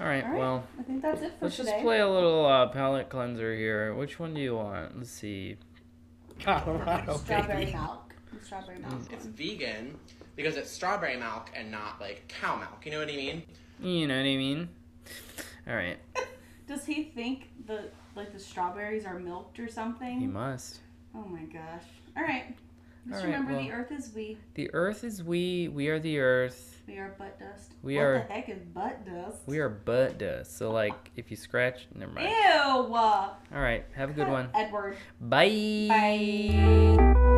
[SPEAKER 1] all right,
[SPEAKER 2] All right.
[SPEAKER 1] well,
[SPEAKER 2] I think that's it for
[SPEAKER 1] let's
[SPEAKER 2] today.
[SPEAKER 1] just play a little uh, palette cleanser here. Which one do you want? Let's see.
[SPEAKER 9] Colorado.
[SPEAKER 2] Strawberry milk. Strawberry milk.
[SPEAKER 4] It's
[SPEAKER 1] Mm.
[SPEAKER 2] one.
[SPEAKER 4] vegan because it's strawberry milk and not like cow milk. You know what I mean?
[SPEAKER 1] You know what I mean? All right,
[SPEAKER 2] Does he think the like the strawberries are milked or something?
[SPEAKER 1] you must.
[SPEAKER 2] Oh my gosh. All right. Just
[SPEAKER 1] All right,
[SPEAKER 2] remember the
[SPEAKER 1] well-
[SPEAKER 2] earth is we.
[SPEAKER 1] The Earth is we. We are the Earth.
[SPEAKER 2] We are butt dust.
[SPEAKER 1] We
[SPEAKER 2] what
[SPEAKER 1] are-
[SPEAKER 2] the heck is butt dust?
[SPEAKER 1] We are butt dust. So like, if you scratch, never mind.
[SPEAKER 2] Ew.
[SPEAKER 1] All right, have a good one.
[SPEAKER 2] Edward.
[SPEAKER 1] Bye.
[SPEAKER 2] Bye.